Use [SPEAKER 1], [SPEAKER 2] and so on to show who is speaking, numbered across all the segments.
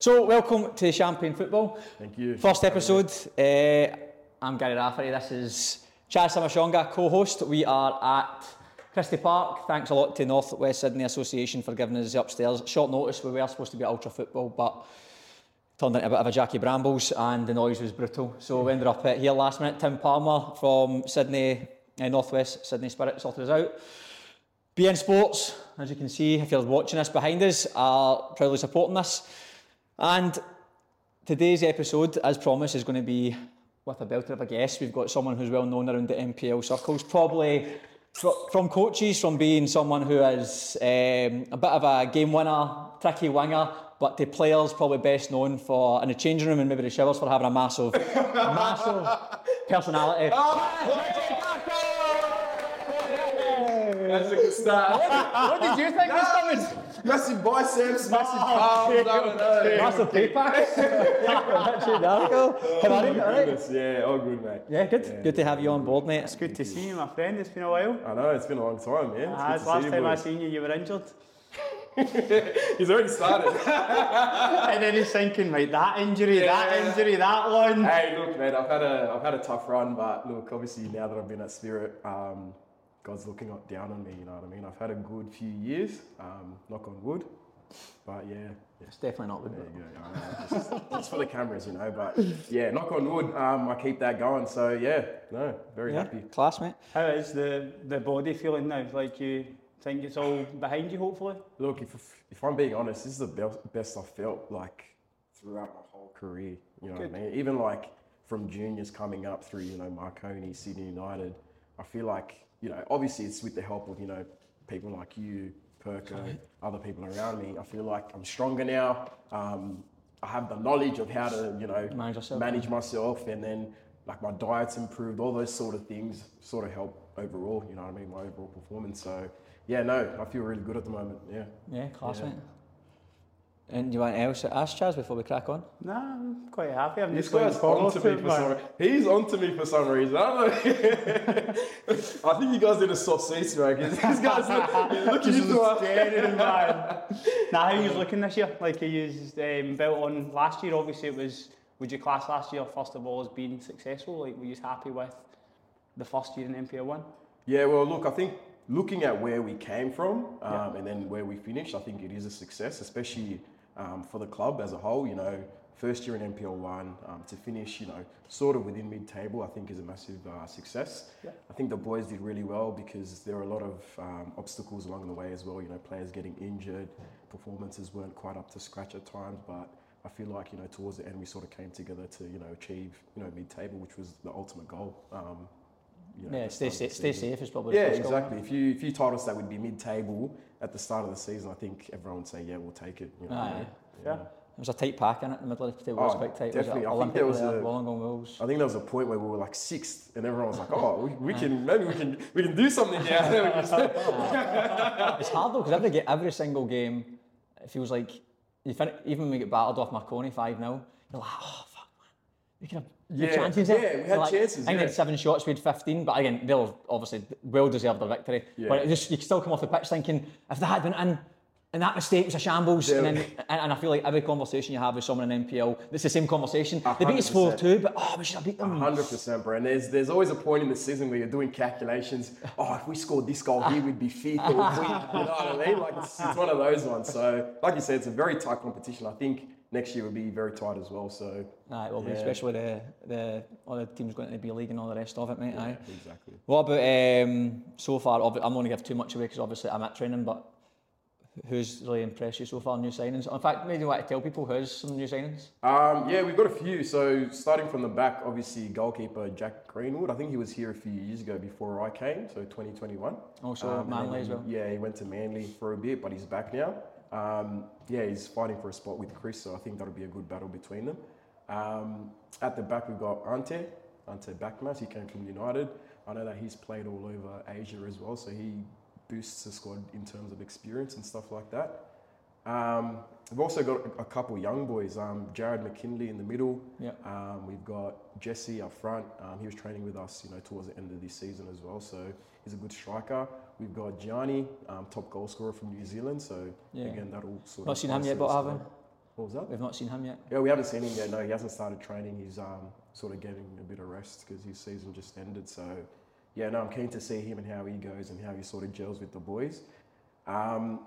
[SPEAKER 1] So, welcome to Champagne Football.
[SPEAKER 2] Thank you.
[SPEAKER 1] First episode. Uh, I'm Gary Rafferty. This is Chad Samashonga, co host. We are at Christie Park. Thanks a lot to North West Sydney Association for giving us the upstairs. Short notice, we were supposed to be at Ultra Football, but turned into a bit of a Jackie Brambles and the noise was brutal. So, we ended up eh, here last minute. Tim Palmer from Sydney, uh, North West Sydney Spirit sorted us out. BN Sports, as you can see, if you're watching us behind us, are proudly supporting us. And today's episode, as promised, is going to be with a belter of a guest. We've got someone who's well known around the MPL circles, probably fr- from coaches, from being someone who is um, a bit of a game winner, tricky winger, but to players, probably best known for in the changing room and maybe the showers for having a massive, massive personality.
[SPEAKER 2] That's a good start.
[SPEAKER 1] what did you think was coming?
[SPEAKER 2] massive biceps, massive palms. I don't know.
[SPEAKER 1] Massive payback. How are you? All right?
[SPEAKER 2] Oh, Goodness, Yeah, all good, mate.
[SPEAKER 1] Oh. Yeah, good. Good to have you on board, mate. It's
[SPEAKER 3] Good to see you, my friend. It's been a while.
[SPEAKER 2] I know, it's been a long time, man. It's
[SPEAKER 3] Ah,
[SPEAKER 2] good to
[SPEAKER 3] last
[SPEAKER 2] see you,
[SPEAKER 3] time I
[SPEAKER 2] boys.
[SPEAKER 3] seen you, you were injured.
[SPEAKER 2] He's already started.
[SPEAKER 3] and then he's thinking, right, that injury, that
[SPEAKER 2] Yeah.
[SPEAKER 3] injury, that one.
[SPEAKER 2] Hey, look, mate, I've had a I've had a tough run, but look, obviously now that I've been at Spirit, um, God's looking up, down on me. You know what I mean? I've had a good few years, um, knock on wood. But yeah, yeah,
[SPEAKER 1] definitely not with
[SPEAKER 2] there you go. I know, just, just for the cameras, you know. But yeah, knock on wood, um, I keep that going. So yeah, no, very happy.
[SPEAKER 1] Class, mate.
[SPEAKER 3] How is the, the body feeling now? Like you think it's all behind you, hopefully?
[SPEAKER 2] Look, if if I'm being honest, this is the bel- best I've felt like throughout my whole career. You know what I mean? Even like from juniors coming up through, you know, Marconi, Sydney United, I feel like, you know, obviously it's with the help of, you know, people like you, Perko, other people around me. I feel like I'm stronger now. Um, I have the knowledge of how to, you know,
[SPEAKER 1] Manage yourself.
[SPEAKER 2] manage myself and then like my diet's improved, all those sort of things sort of help overall, you know what I mean, my overall performance. So yeah, no, I feel really good at the moment. Yeah.
[SPEAKER 1] Yeah, class, mate. And you want else to ask Chaz before we crack on?
[SPEAKER 3] Nah, I'm quite happy. I'm
[SPEAKER 2] This
[SPEAKER 3] just looking
[SPEAKER 2] guy's
[SPEAKER 3] forward
[SPEAKER 2] onto
[SPEAKER 3] to
[SPEAKER 2] me
[SPEAKER 3] it,
[SPEAKER 2] for
[SPEAKER 3] man.
[SPEAKER 2] some He's onto me for some reason. I don't know. I think you guys did a soft C smack. This guy's look, look at you
[SPEAKER 3] Just
[SPEAKER 2] two are-
[SPEAKER 3] staring, man. Now, how are you looking this year? Like you used um, built on last year. Obviously, it was. Would you class last year first of all as being successful? Like, were you happy with the first year in MPL one?
[SPEAKER 2] Yeah, well, look, I think looking at where we came from um, and then where we finished, I think it is a success, especially um, for the club as a whole. You know, first year in NPL one um, to finish, you know, sort of within mid-table, I think is a massive uh, success. I think the boys did really well because there were a lot of um, obstacles along the way as well. You know, players getting injured, performances weren't quite up to scratch at times, but I feel like you know towards the end we sort of came together to you know achieve you know mid-table, which was the ultimate goal. Um, you know,
[SPEAKER 1] Yeah,
[SPEAKER 2] at the
[SPEAKER 1] stay,
[SPEAKER 2] start of
[SPEAKER 1] safe,
[SPEAKER 2] the
[SPEAKER 1] stay
[SPEAKER 2] season.
[SPEAKER 1] safe is probably
[SPEAKER 2] Yeah,
[SPEAKER 1] the first goal.
[SPEAKER 2] exactly. If you if you told us that we'd be mid-table at the start of the season, I think everyone would say, yeah, we'll take it. You know,
[SPEAKER 1] Aye.
[SPEAKER 2] yeah.
[SPEAKER 1] It was a tight pack in it, the middle of the table was
[SPEAKER 2] Oh,
[SPEAKER 1] quite tight.
[SPEAKER 2] definitely. I
[SPEAKER 1] Was it Olympic
[SPEAKER 2] think there was
[SPEAKER 1] player,
[SPEAKER 2] a-
[SPEAKER 1] Wollongong Wolves.
[SPEAKER 2] I think there was a point where we were like sixth, and everyone was like, oh, we, we can maybe we can we can do something here. We just-
[SPEAKER 1] it's hard though, because every, ga- every single game, it feels like, you fin- even when we get battled off Marconi 5 0, you're like, oh, fuck, man. We can have the
[SPEAKER 2] Yeah,
[SPEAKER 1] chances here."
[SPEAKER 2] yeah, we had
[SPEAKER 1] You're like- I
[SPEAKER 2] chances,
[SPEAKER 1] think they
[SPEAKER 2] yeah.
[SPEAKER 1] had seven shots, we had 15, but again, they were obviously well deserved a victory. But it
[SPEAKER 2] Yeah.
[SPEAKER 1] just you still come off the pitch thinking, if that had been in, and that mistake was a shambles. And, then, and, and I feel like every conversation you have with someone in NPL, it's the same conversation. They beat us 4
[SPEAKER 2] 100%.
[SPEAKER 1] 2, but oh, we should have beat them.
[SPEAKER 2] Hundred percent, bro. And there's there's always a point in the season where you're doing calculations. Oh, if we scored this goal here, we'd be fifth. Or if we, you know what I mean? Like it's, it's one of those ones. So, like you said, it's a very tight competition. I think next year will be very tight as well. So,
[SPEAKER 1] Aye, well,
[SPEAKER 2] Yeah.
[SPEAKER 1] especially the the all the teams going to the B League and all the rest of it, mate. aye.
[SPEAKER 2] exactly.
[SPEAKER 1] What about um, so far? obvi- I'm not going to give too much away because obviously I'm at training, but who's really impressed you so far? New signings. In fact, maybe you want to tell people who's some new signings.
[SPEAKER 2] Um, yeah, we've got a few. So starting from the back, obviously goalkeeper Jack Greenwood. I think he was here a few years ago before I came, so 2021.
[SPEAKER 1] Also
[SPEAKER 2] and
[SPEAKER 1] Manly
[SPEAKER 2] then
[SPEAKER 1] as well.
[SPEAKER 2] Yeah, he went to Manly for a bit, but he's back now. Um, yeah, he's fighting for a spot with Chris, so I think that'll be a good battle between them. Um, at the back, we've got Ante, Ante Backmas. He came from United. I know that he's played all over Asia as well, so he boosts the squad in terms of experience and stuff like that. Um, we've also got a couple young boys. Um, Jared McKinley in the middle.
[SPEAKER 1] Yeah.
[SPEAKER 2] Um, we've got Jesse up front. Um, he was training with us, you know, towards the end of this season as well. So he's a good striker. We've got Gianni, um, top goal scorer from New Zealand. So
[SPEAKER 1] Yeah.
[SPEAKER 2] again, that'll sort
[SPEAKER 1] Not
[SPEAKER 2] of
[SPEAKER 1] seen him
[SPEAKER 2] bolster
[SPEAKER 1] yet, but
[SPEAKER 2] the
[SPEAKER 1] I haven't.
[SPEAKER 2] squad. What was that?
[SPEAKER 1] We've not seen him yet.
[SPEAKER 2] Yeah, we haven't seen him yet. No, he hasn't started training. He's um, sort of getting a bit of rest because his season just ended. So, yeah, no, I'm keen to see him and how he goes and how he sort of gels with the boys. Um,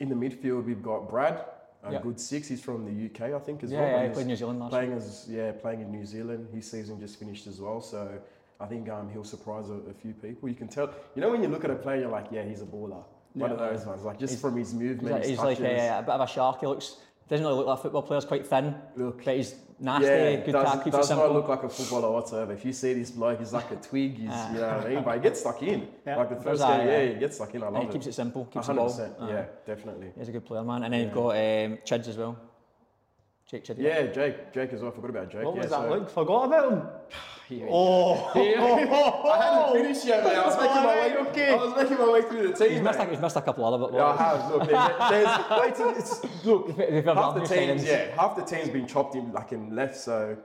[SPEAKER 2] in the midfield, we've got Brad, a
[SPEAKER 1] Yeah.
[SPEAKER 2] good six. He's from the UK, I think, as
[SPEAKER 1] yeah,
[SPEAKER 2] well.
[SPEAKER 1] yeah,
[SPEAKER 2] and
[SPEAKER 1] he
[SPEAKER 2] he's
[SPEAKER 1] played New Zealand last
[SPEAKER 2] playing as yeah, playing in New Zealand. His season just finished as well. So I think um, he'll surprise a, a few people. You can tell. You know when you look at a player, you're like, yeah, he's a baller. One of
[SPEAKER 1] Yeah.
[SPEAKER 2] those ones, like just
[SPEAKER 1] He's-
[SPEAKER 2] from his
[SPEAKER 1] He's
[SPEAKER 2] movement.
[SPEAKER 1] like,
[SPEAKER 2] his
[SPEAKER 1] he's like
[SPEAKER 2] touches.
[SPEAKER 1] a, a bit of a shark. He looks doesn't really look like a football player. He's quite thin,
[SPEAKER 2] Look.
[SPEAKER 1] but he's nasty. good
[SPEAKER 2] does,
[SPEAKER 1] tap, keeps it
[SPEAKER 2] does
[SPEAKER 1] simple.
[SPEAKER 2] not look like a footballer whatsoever. If you see this bloke, he's like a twig. He's, you know what I mean? But he gets stuck in.
[SPEAKER 3] Yeah.
[SPEAKER 2] like the
[SPEAKER 1] Does
[SPEAKER 2] first
[SPEAKER 1] that,
[SPEAKER 2] game,
[SPEAKER 1] yeah.
[SPEAKER 2] yeah. he gets stuck in. I
[SPEAKER 1] and
[SPEAKER 2] love
[SPEAKER 1] he keeps it Uh-huh. simple, keeps the
[SPEAKER 2] 100%.
[SPEAKER 1] ball. Aye.
[SPEAKER 2] Yeah, definitely.
[SPEAKER 1] He's a good player, man. And then you've
[SPEAKER 2] Yeah.
[SPEAKER 1] got um, Chids as well. Jake Chid.
[SPEAKER 2] Yeah, Jake. Jake as well. Forgot about Jake.
[SPEAKER 3] What
[SPEAKER 2] yeah,
[SPEAKER 3] was that
[SPEAKER 2] so-
[SPEAKER 3] like? Forgot about him.
[SPEAKER 2] Yeah.
[SPEAKER 3] Oh,
[SPEAKER 2] I hadn't finished yet, mate. I was making my way. I was making my way through the team.
[SPEAKER 1] He's
[SPEAKER 2] mate.
[SPEAKER 1] missed, like, he's missed a couple other, but
[SPEAKER 2] Yeah, I have. Look, there- there's, wait till it's, look,
[SPEAKER 1] They've got
[SPEAKER 2] half the
[SPEAKER 1] Barnes
[SPEAKER 2] teams,
[SPEAKER 1] signings.
[SPEAKER 2] yeah, half the team's been chopped in like and left. So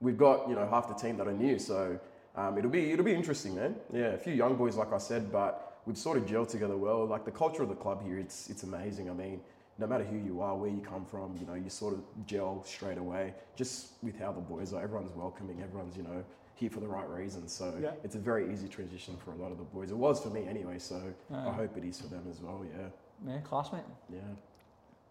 [SPEAKER 2] we've got you know half the team that are new. So um, it'll be it'll be interesting, man. Yeah, a few young boys, like I said, but we've sort of gelled together well. Like the culture of the club here, it's it's amazing. I mean, no matter who you are, where you come from, you know, you sort of gel straight away. Just with how the boys are, everyone's welcoming. Everyone's you know here for the right reasons. So
[SPEAKER 3] Yeah.
[SPEAKER 2] it's a very easy transition for a lot of the boys. It was for me anyway. So I hope it is for them as well. Yeah.
[SPEAKER 1] yeah, classmate.
[SPEAKER 2] Yeah.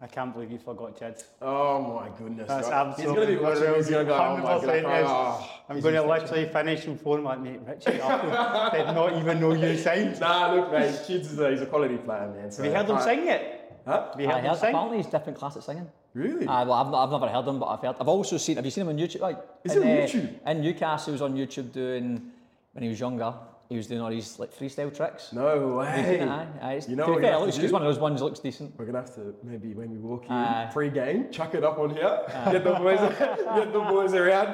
[SPEAKER 3] I can't believe you forgot Chids.
[SPEAKER 2] Oh my goodness.
[SPEAKER 3] That's
[SPEAKER 2] right?
[SPEAKER 3] absolutely
[SPEAKER 2] He's gonna be one of those. He's gonna go. Oh my
[SPEAKER 3] 100%
[SPEAKER 2] God.
[SPEAKER 3] is.
[SPEAKER 2] Oh.
[SPEAKER 3] I'm going to literally finish and phone like, mate, Richard Apple did not even know you signed.
[SPEAKER 2] Nah, look, mate. Kids is a, he's a quality player, man. So
[SPEAKER 3] Have you heard them
[SPEAKER 2] I-
[SPEAKER 3] sing it?
[SPEAKER 2] Huh?
[SPEAKER 3] Have you
[SPEAKER 1] I
[SPEAKER 3] heard them
[SPEAKER 1] heard,
[SPEAKER 3] sing?
[SPEAKER 1] apparently he's different class at singing.
[SPEAKER 2] Really?
[SPEAKER 3] Uh,
[SPEAKER 1] Aye, well, I've, not, I've never heard him, but I've heard. I've also seen. Have you seen him on YouTube? Like,
[SPEAKER 2] Is
[SPEAKER 1] in,
[SPEAKER 2] he on
[SPEAKER 1] uh,
[SPEAKER 2] YouTube?
[SPEAKER 1] in Newcastle, he was on YouTube doing when he was younger. He was doing all these like freestyle tricks.
[SPEAKER 2] no way.
[SPEAKER 1] Aye, aye, it's-
[SPEAKER 2] you know
[SPEAKER 1] to be
[SPEAKER 2] what we
[SPEAKER 1] fair, it
[SPEAKER 2] have to
[SPEAKER 1] looks-
[SPEAKER 2] do?
[SPEAKER 1] It's one of those ones that looks decent.
[SPEAKER 2] We're gonna have to maybe when we walk in
[SPEAKER 3] Uh,
[SPEAKER 1] Aye.
[SPEAKER 2] pre-game, chuck it up on here, get the boys, get the boys around.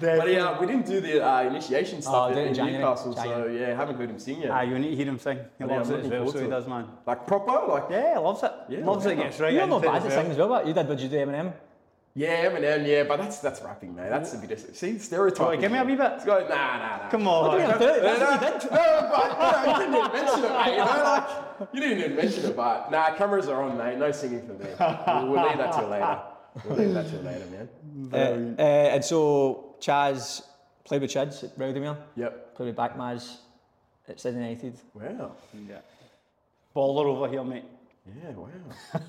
[SPEAKER 2] but yeah, we didn't do the uh, initiation
[SPEAKER 1] Oh,
[SPEAKER 2] stuff
[SPEAKER 1] do it
[SPEAKER 2] in,
[SPEAKER 1] in January,
[SPEAKER 2] Newcastle, so
[SPEAKER 1] January.
[SPEAKER 2] yeah, haven't heard him sing yet.
[SPEAKER 3] Ah, you need to hear him sing. He
[SPEAKER 2] But yeah,
[SPEAKER 3] loves
[SPEAKER 2] I'm
[SPEAKER 3] it as
[SPEAKER 2] looking
[SPEAKER 3] well,
[SPEAKER 2] forward
[SPEAKER 3] so
[SPEAKER 2] to
[SPEAKER 3] he
[SPEAKER 2] it.
[SPEAKER 3] does, man.
[SPEAKER 2] Like proper, like
[SPEAKER 3] Yeah, he loves it.
[SPEAKER 2] Yeah,
[SPEAKER 3] loves it,
[SPEAKER 2] yeah.
[SPEAKER 3] gets right
[SPEAKER 1] You're not
[SPEAKER 3] into it
[SPEAKER 1] bad
[SPEAKER 3] as
[SPEAKER 1] at
[SPEAKER 3] well.
[SPEAKER 1] singing as well, but you did. Would you do Eminem?
[SPEAKER 2] yeah, Eminem, yeah, but that's that's rapping, man. That's a bit. Of, see, stereotype.
[SPEAKER 3] Right, give me a wee bit.
[SPEAKER 2] Go, nah, nah, nah.
[SPEAKER 3] Come
[SPEAKER 1] I
[SPEAKER 3] on.
[SPEAKER 1] think I did. That's what you did.
[SPEAKER 2] No, but no, you didn't even mention it, mate. You know, like you didn't even mention it, but nah, cameras are on, mate. No singing for me. We'll, we'll leave that till later. We'll leave that till later, man.
[SPEAKER 1] Uh, uh, and so Chaz played with Chids at Rowdymere,
[SPEAKER 2] Yep.
[SPEAKER 1] played with Backmaz at Sydney United.
[SPEAKER 2] Wow.
[SPEAKER 3] Yeah. Baller over here, mate.
[SPEAKER 2] Yeah. Wow.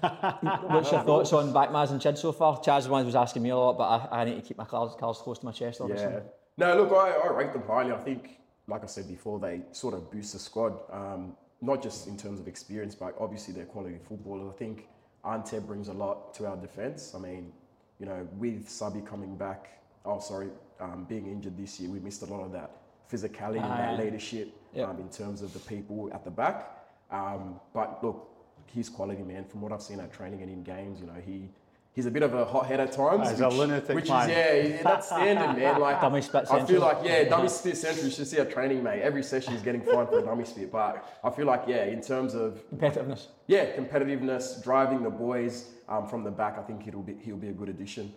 [SPEAKER 1] What's your thoughts on Backmaz and Chid so far? Chaz one was asking me a lot, but I, I need to keep my cards, cards close to my chest, obviously.
[SPEAKER 2] Yeah. No, look, I, I rate them highly. I think, like I said before, they sort of boost the squad, um, not just in terms of experience, but obviously they're quality footballers. I think Ante brings a lot to our defence. I mean, you know, with Sabi coming back, oh, sorry, um, being injured this year, we missed a lot of that physicality and that
[SPEAKER 1] Aye.
[SPEAKER 2] leadership
[SPEAKER 1] Yep.
[SPEAKER 2] um, in terms of the people at the back. Um, but look, he's quality, man. From what I've seen at training and in games, you know, he. He's a bit of a hot head at times.
[SPEAKER 3] He's a
[SPEAKER 2] which-
[SPEAKER 3] lunatic,
[SPEAKER 2] Which is,
[SPEAKER 3] man.
[SPEAKER 2] yeah, yeah, that's standard, man. Like
[SPEAKER 1] Dummy spit
[SPEAKER 2] I
[SPEAKER 1] central.
[SPEAKER 2] feel like yeah, dummy spit central. You should see our training, mate. Every session is getting fined for a dummy spit, but I feel like yeah, in terms of
[SPEAKER 1] Competitiveness.
[SPEAKER 2] yeah, competitiveness, driving the boys um, from the back, I think he'll be he'll be a good addition.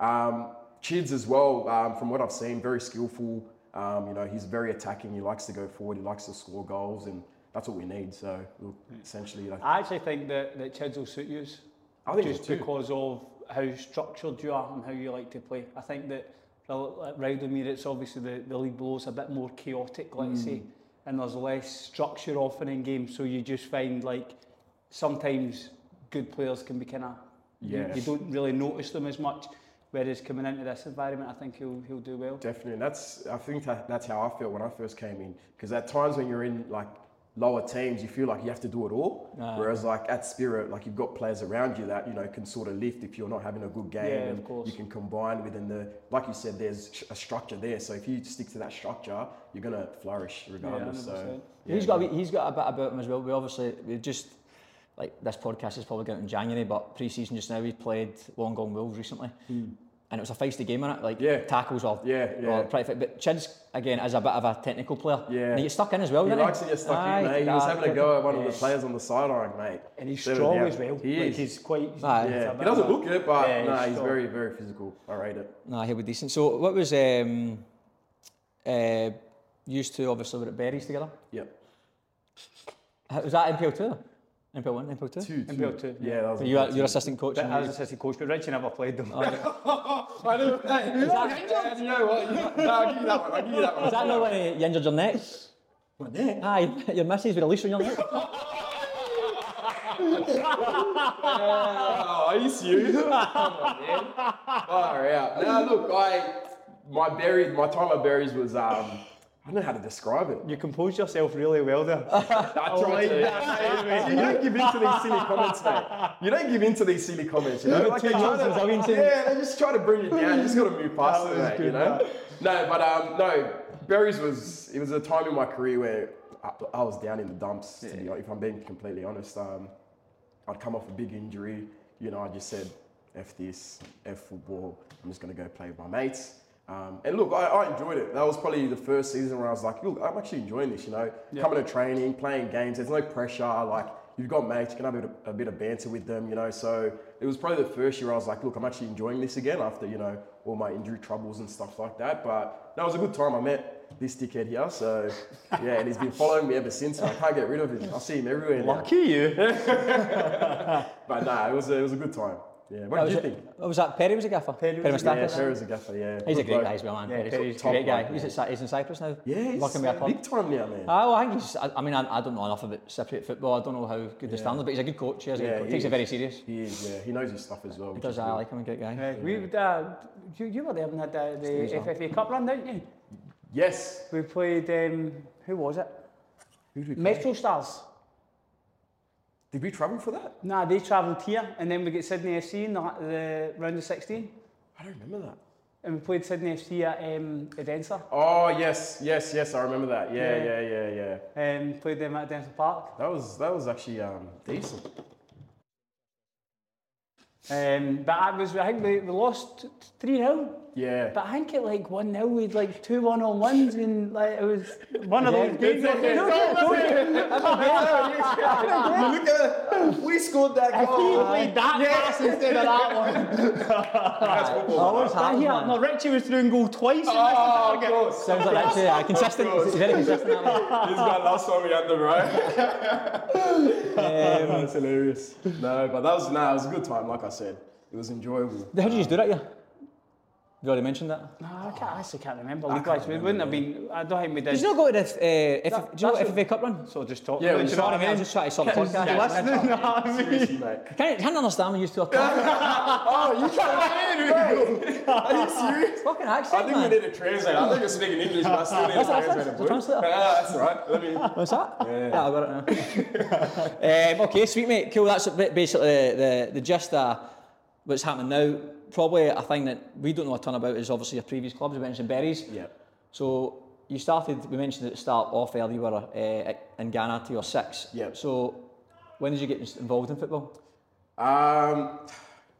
[SPEAKER 2] Um, Chids as well, um, from what I've seen, very skillful. Um, you know, he's very attacking. He likes to go forward. He likes to score goals, and that's what we need. So look, essentially, like,
[SPEAKER 3] I actually think that, that Chids will suit you.
[SPEAKER 2] I think
[SPEAKER 3] just
[SPEAKER 2] it's two.
[SPEAKER 3] because of how structured you are and how you like to play. I think that well, at Rowdermere, it's obviously the, the league below is a bit more chaotic,
[SPEAKER 2] Mm.
[SPEAKER 3] let's say, and there's less structure often in games. So you just find like sometimes good players can be kind of
[SPEAKER 2] Yeah.
[SPEAKER 3] you, you don't really notice them as much. Whereas coming into this environment, I think he'll he'll do well.
[SPEAKER 2] Definitely, and that's I think that, that's how I felt when I first came in. Because at times when you're in like lower teams, you feel like you have to do it all. Whereas like at Spirit, like you've got players around you that you know can sort of lift if you're not having a good game.
[SPEAKER 3] Yeah,
[SPEAKER 2] and
[SPEAKER 3] of course.
[SPEAKER 2] You can combine within the like you said. There's sh- a structure there, so if you stick to that structure, you're gonna flourish regardless. so
[SPEAKER 3] 100%.
[SPEAKER 2] yeah,
[SPEAKER 1] he's got a, wee- he's got a bit about him as well. We obviously we just like this podcast is probably going out in January, but pre-season just now we played Wollongong Wolves recently,
[SPEAKER 2] Hmm.
[SPEAKER 1] and it was a feisty game in it. Like
[SPEAKER 2] Yeah.
[SPEAKER 1] tackles were
[SPEAKER 2] Yeah,
[SPEAKER 1] were
[SPEAKER 2] yeah.
[SPEAKER 1] pretty fit. But Chids again is a bit of a technical player.
[SPEAKER 2] Yeah.
[SPEAKER 1] and he gets stuck in as well.
[SPEAKER 2] He
[SPEAKER 1] doesn't
[SPEAKER 2] likes to get stuck
[SPEAKER 1] Aye,
[SPEAKER 2] in, mate. He was
[SPEAKER 1] aye,
[SPEAKER 2] having a go at one of the
[SPEAKER 3] yes.
[SPEAKER 2] players on the sideline, mate.
[SPEAKER 3] And he's
[SPEAKER 2] Without a
[SPEAKER 3] strong
[SPEAKER 2] doubt.
[SPEAKER 3] as well.
[SPEAKER 2] He
[SPEAKER 3] like
[SPEAKER 2] is.
[SPEAKER 3] he's quite. he's
[SPEAKER 1] Aye.
[SPEAKER 3] a
[SPEAKER 2] yeah,
[SPEAKER 3] bit
[SPEAKER 2] he
[SPEAKER 3] of
[SPEAKER 2] doesn't
[SPEAKER 3] a-
[SPEAKER 2] look it, but
[SPEAKER 3] Yeah, he's
[SPEAKER 2] nah, he's
[SPEAKER 3] strong.
[SPEAKER 2] very, very physical. I rate it.
[SPEAKER 1] Nah, he'll be decent. So what was um, uh, used to obviously were at Berries together?
[SPEAKER 2] Yep.
[SPEAKER 1] How- Was that MPL two? NPL one, NPL two.
[SPEAKER 2] Two,
[SPEAKER 3] NPL two,
[SPEAKER 2] Yeah, that was
[SPEAKER 1] You are your
[SPEAKER 2] NPL two.
[SPEAKER 1] assistant coach.
[SPEAKER 3] But
[SPEAKER 1] and
[SPEAKER 3] I was
[SPEAKER 1] you-
[SPEAKER 3] assistant coach, but Richie never played them.
[SPEAKER 2] Ah. I know. Hey, you know what? No, I'll give you that one. I'll give you that one.
[SPEAKER 1] Is that not when you injured your neck?
[SPEAKER 2] My neck.
[SPEAKER 1] Aye, your missus with a leash on your neck.
[SPEAKER 2] Oh, are you serious? Come on, man. Far out. Now look, I my berries, my time at berries was um, I don't know how to describe it.
[SPEAKER 3] You composed yourself really well there.
[SPEAKER 2] I tried
[SPEAKER 3] like
[SPEAKER 2] to.
[SPEAKER 3] that, mate.
[SPEAKER 2] See, you don't give in to these silly comments, mate. You don't give in to these silly comments. You know, like they
[SPEAKER 1] Two
[SPEAKER 2] try to,
[SPEAKER 1] Johnsons, I mean, two-
[SPEAKER 2] yeah, they just try to bring you down. You just got to move past
[SPEAKER 3] That
[SPEAKER 2] it,
[SPEAKER 3] was
[SPEAKER 2] mate, you
[SPEAKER 3] good,
[SPEAKER 2] know. No, but um, no, berries was it was a time in my career where I, I was down in the dumps. To be honest, if I'm being completely honest, um, I'd come off a big injury. You know, I just said, F this, F football. I'm just going to go play with my mates. Um, and look, I, I enjoyed it. That was probably the first season where I was like, look, I'm actually enjoying this, you know, coming to training, playing games. There's no pressure. Like, you've got mates, you can have a bit, of, a bit of banter with them, you know. So it was probably the first year I was like, look, I'm actually enjoying this again after, you know, all my injury troubles and stuff like that. But that was a good time. I met this dickhead here. So, yeah, and he's been following me ever since. And I can't get rid of him. I see him everywhere now.
[SPEAKER 3] Lucky you.
[SPEAKER 2] But nah, it was a, it was a good time. Yeah.
[SPEAKER 1] That
[SPEAKER 2] What did
[SPEAKER 1] was
[SPEAKER 2] you
[SPEAKER 1] it.
[SPEAKER 2] think?
[SPEAKER 1] What was that? Perry was a gaffer.
[SPEAKER 3] Perry was a
[SPEAKER 2] Yeah,
[SPEAKER 1] Moustakas?
[SPEAKER 2] Sarah's a gaffer. Yeah.
[SPEAKER 1] He's a great
[SPEAKER 2] Good bloke.
[SPEAKER 1] guy as well, man.
[SPEAKER 3] Yeah,
[SPEAKER 1] Perry's,
[SPEAKER 3] Perry's
[SPEAKER 1] a
[SPEAKER 2] top
[SPEAKER 1] great guy.
[SPEAKER 2] bloke,
[SPEAKER 1] He's, at, Cy- he's in Cyprus now.
[SPEAKER 2] Yeah, he's
[SPEAKER 1] working with a
[SPEAKER 2] uh,
[SPEAKER 1] club.
[SPEAKER 2] big time now, man.
[SPEAKER 1] Ah, well, I think he's. I, I mean, I, I don't know enough about Cypriot football. I don't know how good the standards, but he's a good coach. He, is a good
[SPEAKER 2] Yeah,
[SPEAKER 1] coach.
[SPEAKER 2] he
[SPEAKER 1] takes it
[SPEAKER 2] is.
[SPEAKER 1] very serious.
[SPEAKER 2] He is. Yeah, he knows his stuff as well.
[SPEAKER 1] He
[SPEAKER 2] which
[SPEAKER 1] does.
[SPEAKER 2] is
[SPEAKER 1] I
[SPEAKER 2] good.
[SPEAKER 1] like him. A great guy.
[SPEAKER 3] Uh, we uh, you, you were there when that uh, the FFA Cup run, didn't you?
[SPEAKER 2] Yes.
[SPEAKER 3] We played um, who was it?
[SPEAKER 2] Who did we,
[SPEAKER 3] Metro Stars.
[SPEAKER 2] did we travel for that?
[SPEAKER 3] Nah, they travelled here, and then we get Sydney FC in the, the round of 16,
[SPEAKER 2] I don't remember that.
[SPEAKER 3] and we played Sydney FC at um, Edensor.
[SPEAKER 2] Oh yes, yes, yes. I remember that. Yeah,
[SPEAKER 3] Yeah.
[SPEAKER 2] yeah, yeah, yeah.
[SPEAKER 3] Um, played them at Edensor Park.
[SPEAKER 2] That was that was actually um, decent.
[SPEAKER 3] Um, but I was, I think we, we lost three 0
[SPEAKER 2] Yeah.
[SPEAKER 3] But I think it like one 0 we'd like two one on ones, and like it was one of those games.
[SPEAKER 2] That's it.
[SPEAKER 3] No,
[SPEAKER 2] That's
[SPEAKER 3] no, no.
[SPEAKER 2] it.
[SPEAKER 1] uh,
[SPEAKER 2] Look at that. We scored that
[SPEAKER 3] If he
[SPEAKER 2] goal.
[SPEAKER 3] played that pass instead of that one.
[SPEAKER 2] That's football.
[SPEAKER 1] Always
[SPEAKER 3] But
[SPEAKER 1] happens,
[SPEAKER 3] here,
[SPEAKER 1] man.
[SPEAKER 3] no, Richie was through and goal twice. in that
[SPEAKER 2] Oh, of course.
[SPEAKER 1] Sounds like that too. Yeah, consistent. He's very consistent. that one.
[SPEAKER 2] This guy last time we had them, right? That's hilarious. No, but that was nah, it was a good time, like I said. It was enjoyable.
[SPEAKER 1] How did you do that? Yeah. You already mentioned that.
[SPEAKER 3] No, I, can't, I actually can't remember. We guys, we wouldn't have been. I don't think we
[SPEAKER 1] Did
[SPEAKER 3] did.
[SPEAKER 1] you not go to the uh, F- do you know
[SPEAKER 3] that's
[SPEAKER 1] what FFA Cup run?
[SPEAKER 3] So just talk.
[SPEAKER 2] Yeah,
[SPEAKER 3] about
[SPEAKER 2] we
[SPEAKER 3] it, do you know
[SPEAKER 2] saw
[SPEAKER 3] what
[SPEAKER 1] Sorry,
[SPEAKER 3] I
[SPEAKER 1] mate.
[SPEAKER 3] mean?
[SPEAKER 1] I'm just trying to sort the
[SPEAKER 3] Kids,
[SPEAKER 1] podcast.
[SPEAKER 3] yeah,
[SPEAKER 1] out.
[SPEAKER 3] listening, know what I
[SPEAKER 2] Uh,
[SPEAKER 3] mean?
[SPEAKER 2] Seriously, mate.
[SPEAKER 1] Can't, can't understand when you two are talking.
[SPEAKER 2] Oh, you can't hear it. Are you serious?
[SPEAKER 1] Fucking
[SPEAKER 2] I
[SPEAKER 1] accent,
[SPEAKER 2] think
[SPEAKER 1] man.
[SPEAKER 2] we need a translator. I think you're speaking English, but I still need a
[SPEAKER 1] That's- that's-
[SPEAKER 2] translator.
[SPEAKER 1] that's a translator.
[SPEAKER 2] Ah, that's all right. Let me.
[SPEAKER 1] What's that?
[SPEAKER 2] Yeah.
[SPEAKER 1] Oh, I got it now. um, okay, sweet mate, cool. That's a bit basically the, the, the gist of what's happening now. Probably a thing that we don't know a ton about is obviously your previous clubs. We mentioned Berries.
[SPEAKER 2] Yeah.
[SPEAKER 1] So you started. We mentioned at the start off earlier. You were uh, in Ghana till you were six.
[SPEAKER 2] Yeah.
[SPEAKER 1] So when did you get involved in football?
[SPEAKER 2] Um,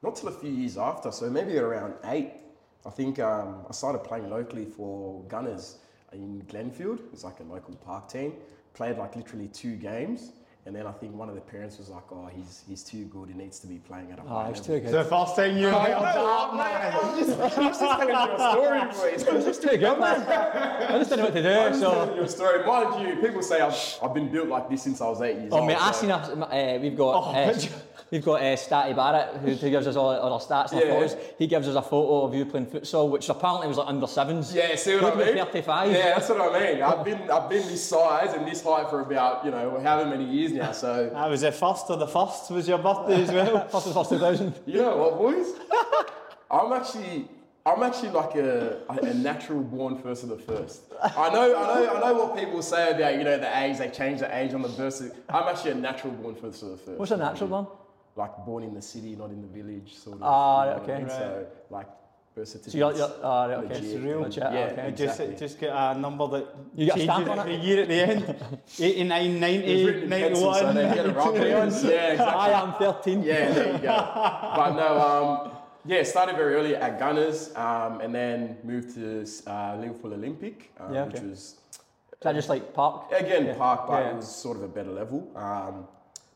[SPEAKER 2] not till a few years after, so maybe around eight. I think um, I started playing locally for Gunners in Glenfield. It's like a local park team. Played like literally two games, and then I think one of the parents was like, "Oh, he's he's too good. He needs to be playing at a high level."
[SPEAKER 1] Oh, too good.
[SPEAKER 3] first time you
[SPEAKER 2] I know, mate, I was just, I was just telling you a story, boys.
[SPEAKER 1] It's too good, man. I just didn't know what to do.
[SPEAKER 2] I'm
[SPEAKER 1] So.
[SPEAKER 2] telling you a story. Mind you, people say I've, I've been built like this since I was eight years
[SPEAKER 1] Oh,
[SPEAKER 2] old.
[SPEAKER 1] mate, I
[SPEAKER 2] so-
[SPEAKER 1] seen us. Uh, we've got
[SPEAKER 2] Oh,
[SPEAKER 1] uh, we've got uh, Statty Barrett who, who gives us all, all our stats and
[SPEAKER 2] Yeah.
[SPEAKER 1] our photos. He gives us a photo of you playing futsal, which apparently was like under sevens.
[SPEAKER 2] Yeah, see what
[SPEAKER 1] You'd
[SPEAKER 2] I
[SPEAKER 1] be
[SPEAKER 2] mean?
[SPEAKER 1] 35.
[SPEAKER 2] Yeah, that's what I mean. I've been I've been this size and this height for about you know however many years now. So
[SPEAKER 3] That was the first or the first was your birthday as well.
[SPEAKER 1] First of first 2000.
[SPEAKER 2] you know what, boys? I'm actually I'm actually like a, a natural born first of the first. I know I know I know what people say about you know the age they change the age on the birth. cert- I'm actually a natural born first of the first.
[SPEAKER 1] What's a natural one?
[SPEAKER 2] Like born in the city, not in the village, sort of.
[SPEAKER 1] Ah,
[SPEAKER 2] you know what I
[SPEAKER 1] okay.
[SPEAKER 2] mean? So like birth certificate.
[SPEAKER 1] So you're, you're, oh, right, okay.
[SPEAKER 2] Legit.
[SPEAKER 1] Surreal. Legit, yeah. okay.
[SPEAKER 2] Yeah. Exactly.
[SPEAKER 3] Just, just get a number that
[SPEAKER 1] You got a
[SPEAKER 3] changes
[SPEAKER 1] stamp on
[SPEAKER 3] every
[SPEAKER 1] it?
[SPEAKER 3] year at the end. 89,
[SPEAKER 2] It was written
[SPEAKER 3] 90,
[SPEAKER 2] in pencil, so
[SPEAKER 3] 91.
[SPEAKER 2] they get it wrong. Yeah, exactly.
[SPEAKER 1] I am 13.
[SPEAKER 2] Yeah, there you go. but no, um, yeah, started very early at Gunners, um, and then moved to uh, Liverpool Olympic, um,
[SPEAKER 1] Yeah,
[SPEAKER 2] which
[SPEAKER 1] okay.
[SPEAKER 2] was
[SPEAKER 1] Is that just like park?
[SPEAKER 2] again park, but
[SPEAKER 1] yeah.
[SPEAKER 2] it was sort of a better level. Um,